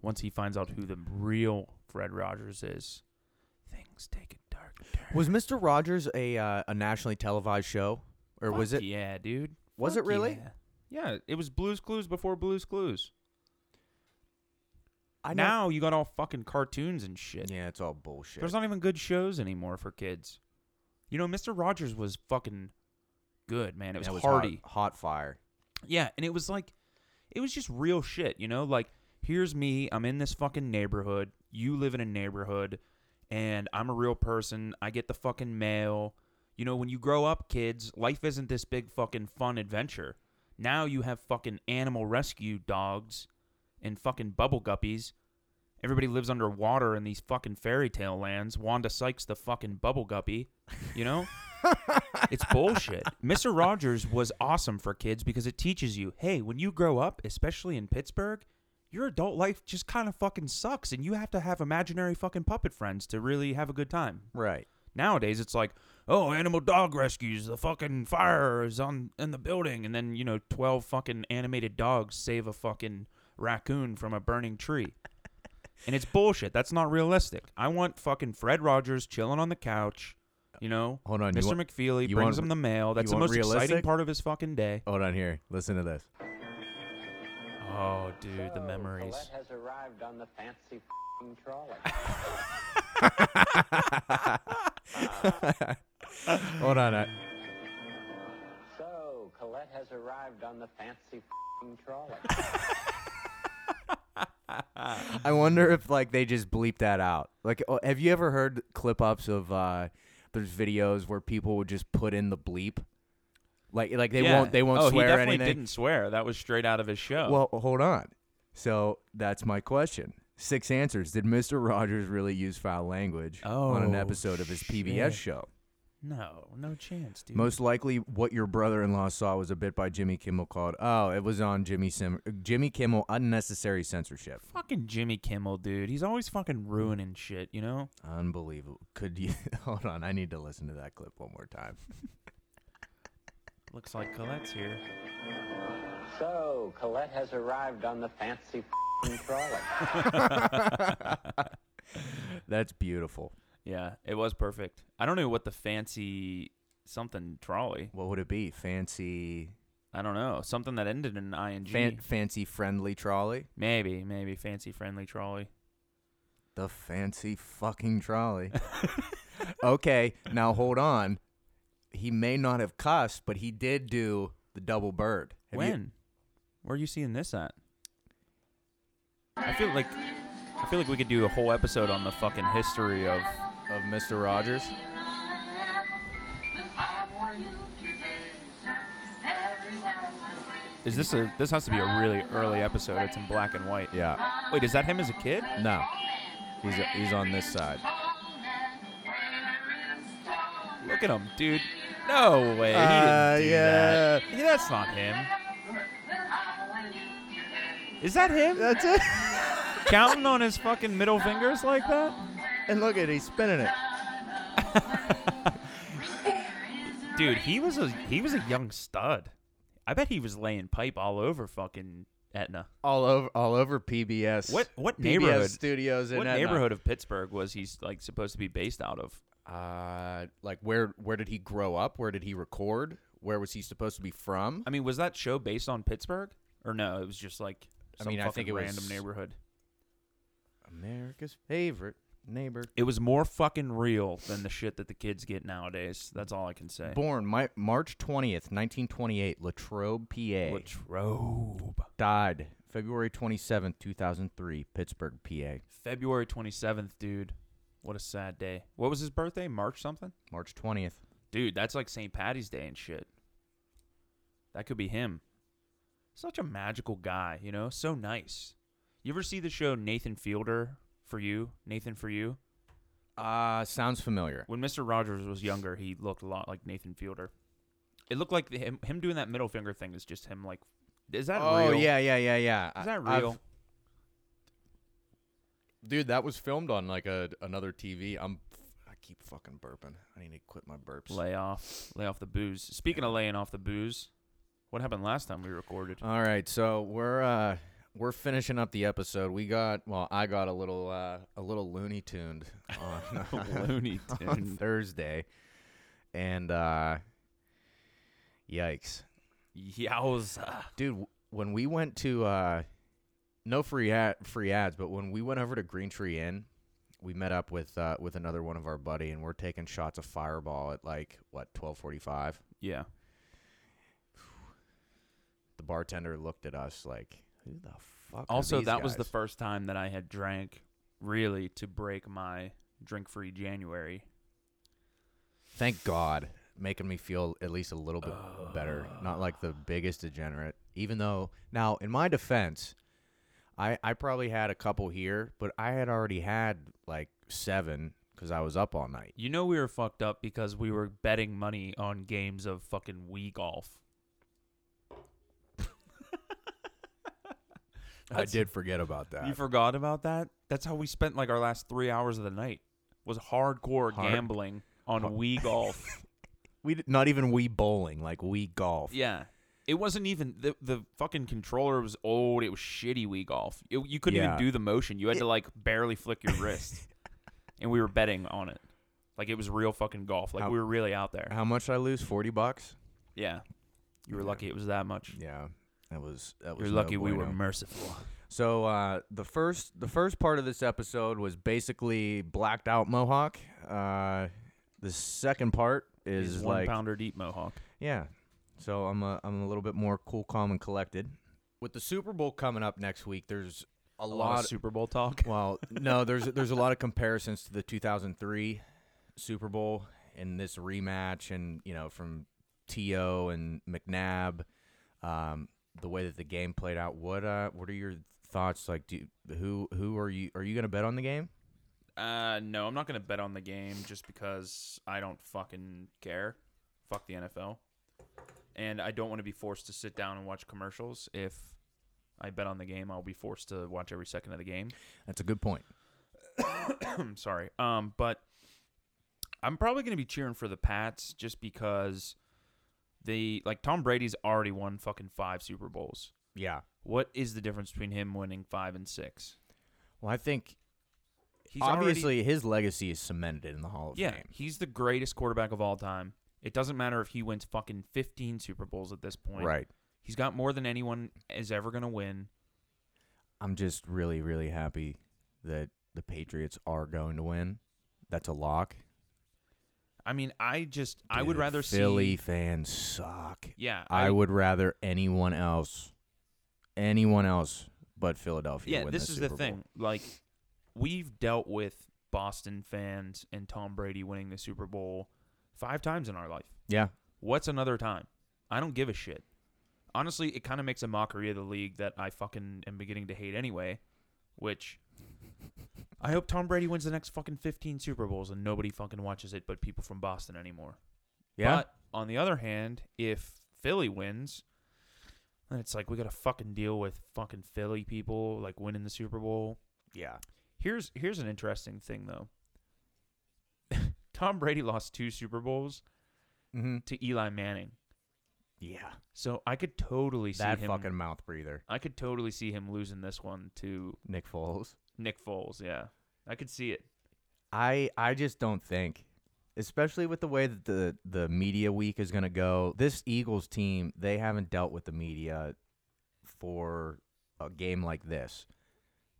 E: once he finds out who the real Fred Rogers is, things take a dark turn.
D: Was Mr. Rogers a uh, a nationally televised show, or was
E: Fuck
D: it?
E: Yeah, dude.
D: was it
E: Fuck
D: really?
E: Yeah. Yeah, it was Blue's Clues before Blue's Clues.
D: I know-
E: now you got all fucking cartoons and shit.
D: Yeah, it's all bullshit.
E: There's not even good shows anymore for kids. You know, Mister Rogers was fucking good, man. It was,
D: That
E: hearty.
D: hot, hot fire.
E: Yeah, and it was like it was just real shit, you know? Like here's me, I'm in this fucking neighborhood, you live in a neighborhood, and I'm a real person. I get the fucking mail. You know, when you grow up, kids, life isn't this big fucking fun adventure. Now you have fucking animal rescue dogs and fucking bubble guppies. Everybody lives underwater in these fucking fairy tale lands. Wanda Sykes the fucking bubble guppy, you know? it's bullshit. Mr. Rogers was awesome for kids because it teaches you, hey, when you grow up, especially in Pittsburgh, your adult life just kind of fucking sucks and you have to have imaginary fucking puppet friends to really have a good time.
D: Right.
E: Nowadays, it's like, oh, animal dog rescues. The fucking fire is on in the building, and then you know, twelve fucking animated dogs save a fucking raccoon from a burning tree. and it's bullshit. That's not realistic. I want fucking Fred Rogers chilling on the couch. You know,
D: Hold on, you
E: Mr.
D: want-
E: McFeely
D: you
E: brings
D: want-
E: him the mail. That's
D: you
E: the
D: want
E: most
D: realistic?
E: exciting part of his fucking day.
D: Hold on here. Listen to this.
E: Oh, dude, the
H: So,
E: memories.
H: Colette has arrived on the fancy f***ing trolley.
D: Hold on. I-
H: so, Colette has arrived on the fancy f***ing trolley.
D: I wonder if like they just bleep that out. Like, oh, have you ever heard clip ups of uh, there's videos where people would just put in the bleep, like like they
E: Yeah.
D: won't they won't
E: oh,
D: swear
E: he definitely
D: anything.
E: didn't swear. That was straight out of his show.
D: Well, hold on. So that's my question. Six answers. Did Mister Rogers really use foul language on an
E: Oh,
D: episode of his PBS
E: shit.
D: show?
E: no, no chance, dude.
D: Most likely, what your brother-in-law saw was a bit by Jimmy Kimmel called "Oh, it was on Jimmy Sim- Jimmy Kimmel unnecessary censorship."
E: fucking Jimmy Kimmel, dude. He's always fucking ruining shit, you know?
D: Unbelievable. Could you hold on? I need to listen to that clip one more time.
E: Looks like Colette's here.
H: so, Colette has arrived on the fancy f***ing trolley.
D: That's beautiful.
E: Yeah, it was perfect. I don't know what the fancy something trolley.
D: What would it be? Fancy,
E: I don't know. Something that ended in ing.
D: fan, fancy friendly trolley.
E: maybe, maybe fancy friendly trolley.
D: The fancy fucking trolley. okay, now hold on. He may not have cussed, but he did do the double bird. Have you-
E: when? Where are you seeing this at? I feel like I feel like we could do a whole episode on the fucking history of
D: of Mr. Rogers.
E: Is this a this has to be a really early episode. It's in black and white.
D: Yeah.
E: Wait, is that him as a kid?
D: No. He's he's on this side.
E: Look at him, dude. No way. He
D: Uh,
E: didn't do that. Yeah, that's not him. Is that him?
D: That's it.
E: Counting on his fucking middle fingers like that?
D: and look at he's spinning it.
E: Dude, he was a he was a young stud. I bet he was laying pipe all over fucking Etna.
D: All over all over PBS.
E: What what
D: PBS
E: neighborhood?
D: studios in
E: What
D: Etna.
E: neighborhood of Pittsburgh was he like supposed to be based out of?
D: uh like where where did he grow up where did he record where was he supposed to be from
E: I mean, was that show based on Pittsburgh or no? It was just like
D: I
E: some
D: mean, I
E: fucking
D: think it was-
E: random neighborhood.
D: america's favorite neighbor
E: It was more fucking real than the shit that the kids get nowadays. That's all I can say.
D: born Mi- march 20th 1928 latrobe pa
E: Latrobe.
D: died february 27th 2003 pittsburgh pa
E: February 27th, dude. What a sad day. What was his birthday? March something?
D: march 20th
E: Dude, that's like St. Patty's Day and shit. That could be him. Such a magical guy, you know? So nice. You ever see the show Nathan Fielder for you? Nathan for you?
D: uh sounds familiar
E: When Mr. Rogers was younger, he looked a lot like Nathan Fielder. It looked like the- him, him doing that middle finger thing is just him like is that
D: oh
E: real?
D: yeah yeah yeah yeah I-
E: Is that
D: I've-
E: real?
D: dude that was filmed on like a another tv i'm i keep fucking burping i need to quit my burps
E: lay off lay off the booze speaking of laying off the booze what happened last time we recorded
D: All right, so we're uh we're finishing up the episode. We got well, I got a little uh a little loony tuned on,
E: Looney
D: on
E: Tunes.
D: Thursday. And uh yikes.
E: Yowza.
D: Dude, w- when we went to uh no free ad, free ads, but when we went over to Green Tree Inn, we met up with uh with another one of our buddy and we're taking shots of Fireball at like what, 12:45.
E: Yeah.
D: The bartender looked at us like, "Who the fuck?" are
E: Also,
D: these
E: that was the
D: guys?"
E: first time that I had drank really to break my drink free January.
D: Thank God. making me feel at least a little bit better. Not like the biggest degenerate. Even though now, in my defense, I I probably had a couple here, but I had already had like seven because I was up all night.
E: You know we were fucked up because we were betting money on games of fucking Wii golf. That's-
D: I did forget about that.
E: You forgot about that? That's how we spent like our last three hours of the night. Was hardcore
D: Hard-
E: gambling on Wii golf.
D: we did, not even we bowling, like we golf.
E: yeah. It wasn't even the the fucking controller was old. It was shitty Wii golf. It- you couldn't
D: Yeah.
E: even do the motion. You had to like barely flick your wrist. and we were betting on it. Like it was real fucking golf. Like
D: How-
E: we were really out there.
D: How much did I lose? Forty bucks.
E: yeah. You were lucky it was that much.
D: Yeah, that was that was.
E: You're
D: no
E: lucky we were
D: bueno.
E: merciful.
D: So uh, the first the first part of this episode was basically blacked out mohawk. Uh, the second part is,
E: He's one
D: like
E: pounder deep mohawk.
D: yeah. So I'm a, I'm a little bit more cool, calm, and collected. With the Super Bowl coming up next week, there's a,
E: A lot of Super Bowl talk.
D: well, no, there's there's a lot of comparisons to the 2003 Super Bowl and this rematch, and you know from To and McNabb, um, the way that the game played out. What uh, what are your thoughts? Like, do who who are you are you gonna bet on the game?
E: Uh, no, I'm not gonna bet on the game just because I don't fucking care. Fuck the NFL, and I don't want to be forced to sit down and watch commercials. If I bet on the game, I'll be forced to watch every second of the game.
D: That's a good point.
E: I'm sorry. Um, but I'm probably gonna be cheering for the Pats just because they like Tom Brady's already won fucking five Super Bowls.
D: Yeah.
E: What is the difference between him winning five and six?
D: Well, I think
E: He's already-
D: obviously his legacy is cemented in the Hall of
E: Yeah,
D: Fame.
E: he's the greatest quarterback of all time. It doesn't matter if he wins fucking 15 Super Bowls at this point.
D: Right.
E: He's got more than anyone is ever going to win.
D: I'm just really really happy that the Patriots are going to win. That's a lock.
E: I mean, I just I would
D: Dude,
E: rather
D: Philly
E: see
D: fans suck.
E: Yeah,
D: I,
E: I-
D: would rather anyone else, anyone else but Philadelphia.
E: Yeah,
D: win
E: this
D: the
E: is
D: Super
E: the
D: Bowl.
E: thing. Like we've dealt with Boston fans and Tom Brady winning the Super Bowl 5 times in our life.
D: Yeah,
E: What's another time? I don't give a shit. Honestly, it kind of makes a mockery of the league that I fucking am beginning to hate anyway, which I hope Tom Brady wins the next fucking 15 Super Bowls and nobody fucking watches it but people from Boston anymore.
D: yeah.
E: But on the other hand, if Philly wins, then it's like we got to fucking deal with fucking Philly people like winning the Super Bowl.
D: yeah.
E: Here's here's an interesting thing though. Tom Brady lost two Super Bowls
D: hmm
E: to Eli Manning.
D: Yeah.
E: So I could totally see
D: That
E: him.
D: fucking mouth breather,
E: I could totally see him losing this one to
D: Nick Foles.
E: Nick Foles. Yeah, I could see it.
D: I I just don't think, especially with the way that the the media week is going to go. This Eagles team, they haven't dealt with the media for a game like this.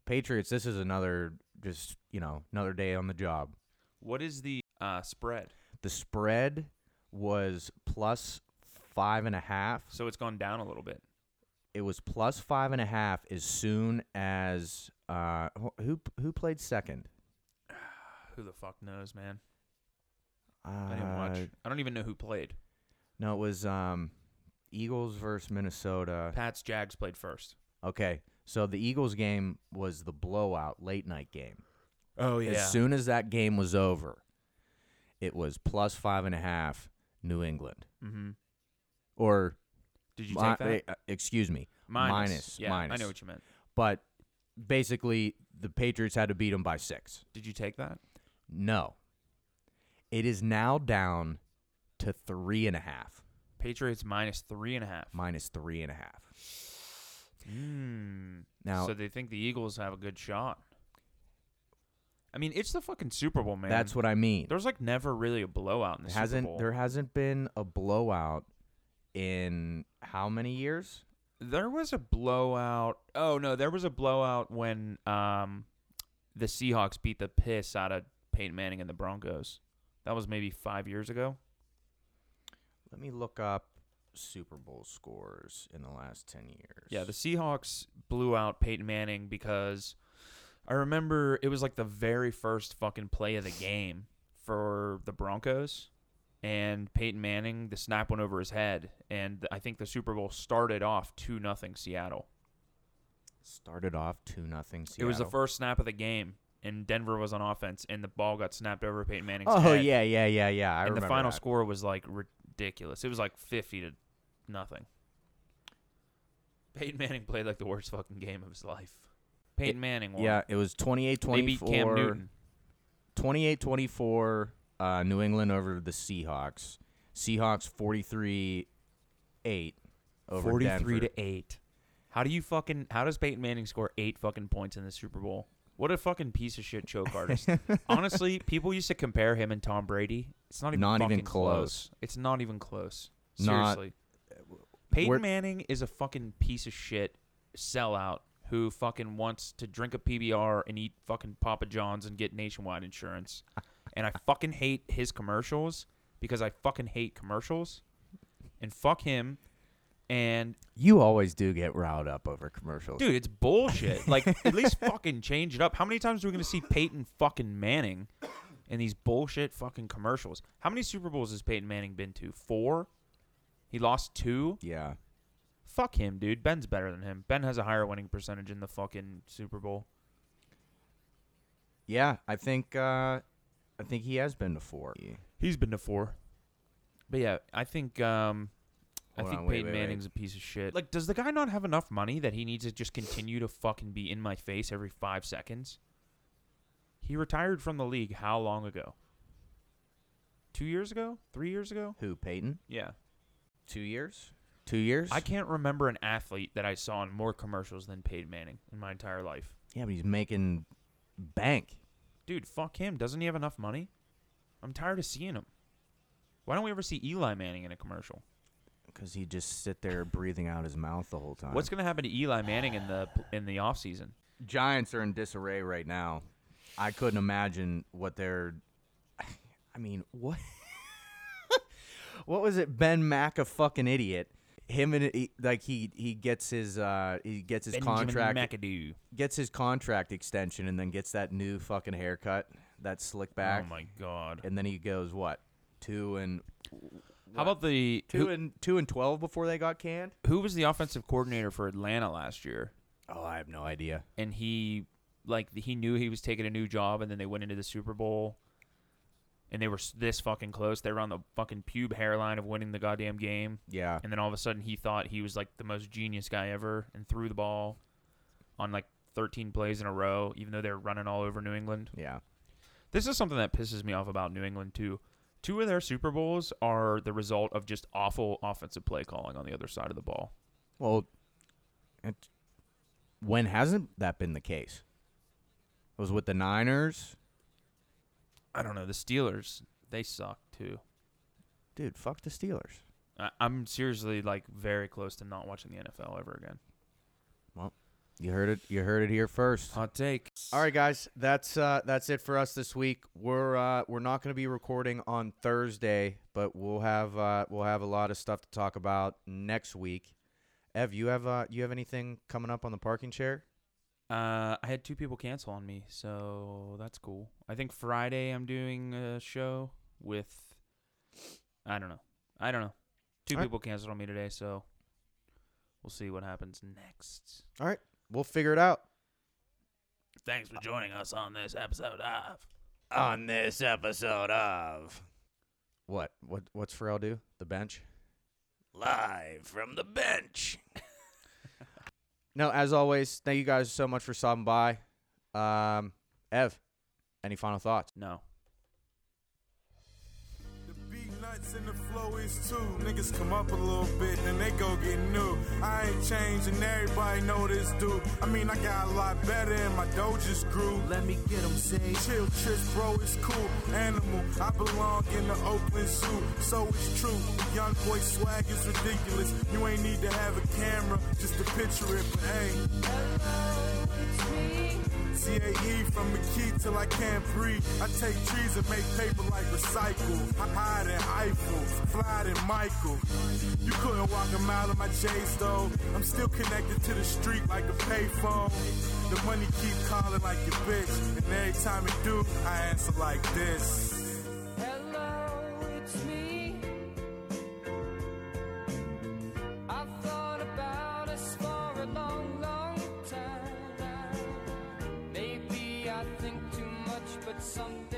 D: Patriots, this is another just you know another day on the job.
E: What is the uh, spread?
D: The spread was plus five and a half.
E: So it's gone down a little bit.
D: It was plus five and a half as soon as uh, wh- who who played second.
E: Who the fuck knows, man?
D: Uh,
E: I didn't watch. I don't even know who played.
D: No, it was um, Eagles versus Minnesota.
E: Pats Jags played first.
D: Okay, so the Eagles game was the blowout late night game.
E: Oh
D: As soon as that game was over, it was plus five and a half New England
E: mm-hmm.
D: or
E: Did you
D: mi-
E: take that?
D: eh, uh, excuse me
E: minus.
D: minus,
E: Yeah, I
D: minus.
E: know what you meant.
D: but basically the Patriots had to beat them by six.
E: Did you take that?
D: No, it is now down to three and a half,
E: Patriots minus three and a half.
D: minus three and a half.
E: Mm.
D: Now
E: so they think the Eagles have a good shot. I mean, it's the fucking Super Bowl, man.
D: that's what I mean.
E: There's like never really a blowout in the
D: hasn't
E: Super Bowl.
D: there hasn't been a blowout in how many years?
E: There was a blowout. Oh no, there was a blowout when um the Seahawks beat the piss out of Peyton Manning and the Broncos. That was maybe five years ago.
D: Let me look up Super Bowl scores in the last 10 years.
E: Yeah, the Seahawks blew out Peyton Manning because I remember it was like the very first fucking play of the game for the Broncos. and Peyton Manning, the snap went over his head, and I think the Super Bowl started off two nothing Seattle.
D: Started off two nothing.
E: It was the first snap of the game, and Denver was on offense, and the ball got snapped over Peyton Manning's
D: Oh
E: head.
D: yeah, yeah, yeah, yeah. I
E: and the
D: remember
E: final
D: that.
E: score was like ridiculous. It was like fifty to nothing. Peyton Manning played like the worst fucking game of his life. Peyton Manning won.
D: Yeah, it was 28
E: they beat Cam
D: 24.
E: Newton.
D: 28 24, uh, New England over the Seahawks. Seahawks 43 8 over Denver.
E: to eight. How do you fucking? How does Peyton Manning score eight fucking points in the Super Bowl? What a fucking piece of shit choke artist. Honestly, people used to compare him and Tom Brady. It's not even
D: Not even
E: fucking
D: close.
E: It's not even close.
D: Not-
E: Seriously, Peyton
D: we're-
E: Manning is a fucking piece of shit sellout who fucking wants to drink a PBR and eat fucking Papa John's and get nationwide insurance. and I fucking hate his commercials because I fucking hate commercials. And fuck him. And
D: You always do get riled up over commercials.
E: Dude, it's bullshit. Like, at least fucking change it up. How many times are we going to see Peyton fucking Manning in these bullshit fucking commercials? How many Super Bowls has Peyton Manning been to? Four? He lost two?
D: Yeah.
E: Fuck him, dude. Ben's better than him. Ben has a higher winning percentage in the fucking Super Bowl.
D: Yeah, I think uh, I think he has been to four.
E: He's been to four. But yeah, I think um I
D: Hold
E: think
D: on, wait,
E: Peyton
D: wait, wait.
E: Manning's a piece of shit. Like, does the guy not have enough money that he needs to just continue to fucking be in my face every five seconds? He retired from the league how long ago? Two years ago? Three years ago?
D: Who, Peyton?
E: Yeah.
D: Two years? Two years?
E: I can't remember an athlete that I saw in more commercials than Peyton Manning in my entire life.
D: yeah, but he's making bank.
E: Dude, fuck him. Doesn't he have enough money? I'm tired of seeing him. Why don't we ever see Eli Manning in a commercial?
D: Because he just sit there breathing out his mouth the whole time.
E: What's going to happen to Eli Manning in the in the offseason?
D: Giants are in disarray right now. I couldn't imagine what they're. I mean, what? what was it? Ben Mack, a fucking idiot. Him and he, like he he gets his uh he gets his contract
E: McAdoo.
D: gets his contract extension and then gets that new fucking haircut that slick back
E: Oh my god.
D: and then he goes what two and
E: How about the
D: two
E: who,
D: and two and twelve before they got canned.
E: who was the offensive coordinator for Atlanta last year?
D: Oh, I have no idea.
E: And he like he knew he was taking a new job and then they went into the Super Bowl and they were s- this fucking close. They were on the fucking pube hairline of winning the goddamn game.
D: Yeah,
E: And then all of a sudden he thought he was like the most genius guy ever and threw the ball on like 13 plays in a row even though they were running all over New England.
D: yeah.
E: This is something that pisses me off about New England too. Two of their Super Bowls are the result of just awful offensive play calling on the other side of the ball.
D: Well, it, when hasn't that been the case? It was with the Niners,
E: I don't know. The Steelers, they suck too.
D: dude. Fuck the Steelers.
E: I, I'm seriously like very close to not watching the NFL ever again.
D: You heard it. You heard it here first.
E: Hot take.
F: All right, guys, that's uh, that's it for us this week. We're uh, we're not going to be recording on Thursday, but we'll have uh, we'll have a lot of stuff to talk about next week. Ev, you have uh, you have anything coming up on the parking chair?
E: Uh, I had two people cancel on me, so that's cool. I think Friday I'm doing a show with. I don't know. I don't know. Two
F: All right.
E: people canceled on me today, so we'll see what happens next.
F: All right, we'll figure it out.
A: Thanks for joining us on this episode of.
B: On this episode of
F: What what what's Pharrell do? The bench?
B: Live from the Bench.
F: No, as always, thank you guys so much for stopping by. Um, Ev, any final thoughts?
E: No.
C: The beat nuts and the flow is too. Niggas come up a little bit and they go get new. I ain't changing, everybody know this dude. I mean, I got a lot better and my dough just grew. Let me get them say. Chill, Tris, bro, it's cool. Animal, I belong in the Oakland Zoo. So it's true, the young boy swag is ridiculous. You ain't need to have a camera just to picture it, but hey. CAE E from the key till I can't breathe. I take trees and make paper like recycle. I hide in Eiffel, fly than Michael. You couldn't walk a mile in my J's though. I'm still connected to the street like a payphone. The money keep calling like your bitch, and every time it do, I answer like this.
I: Hello, it's me. something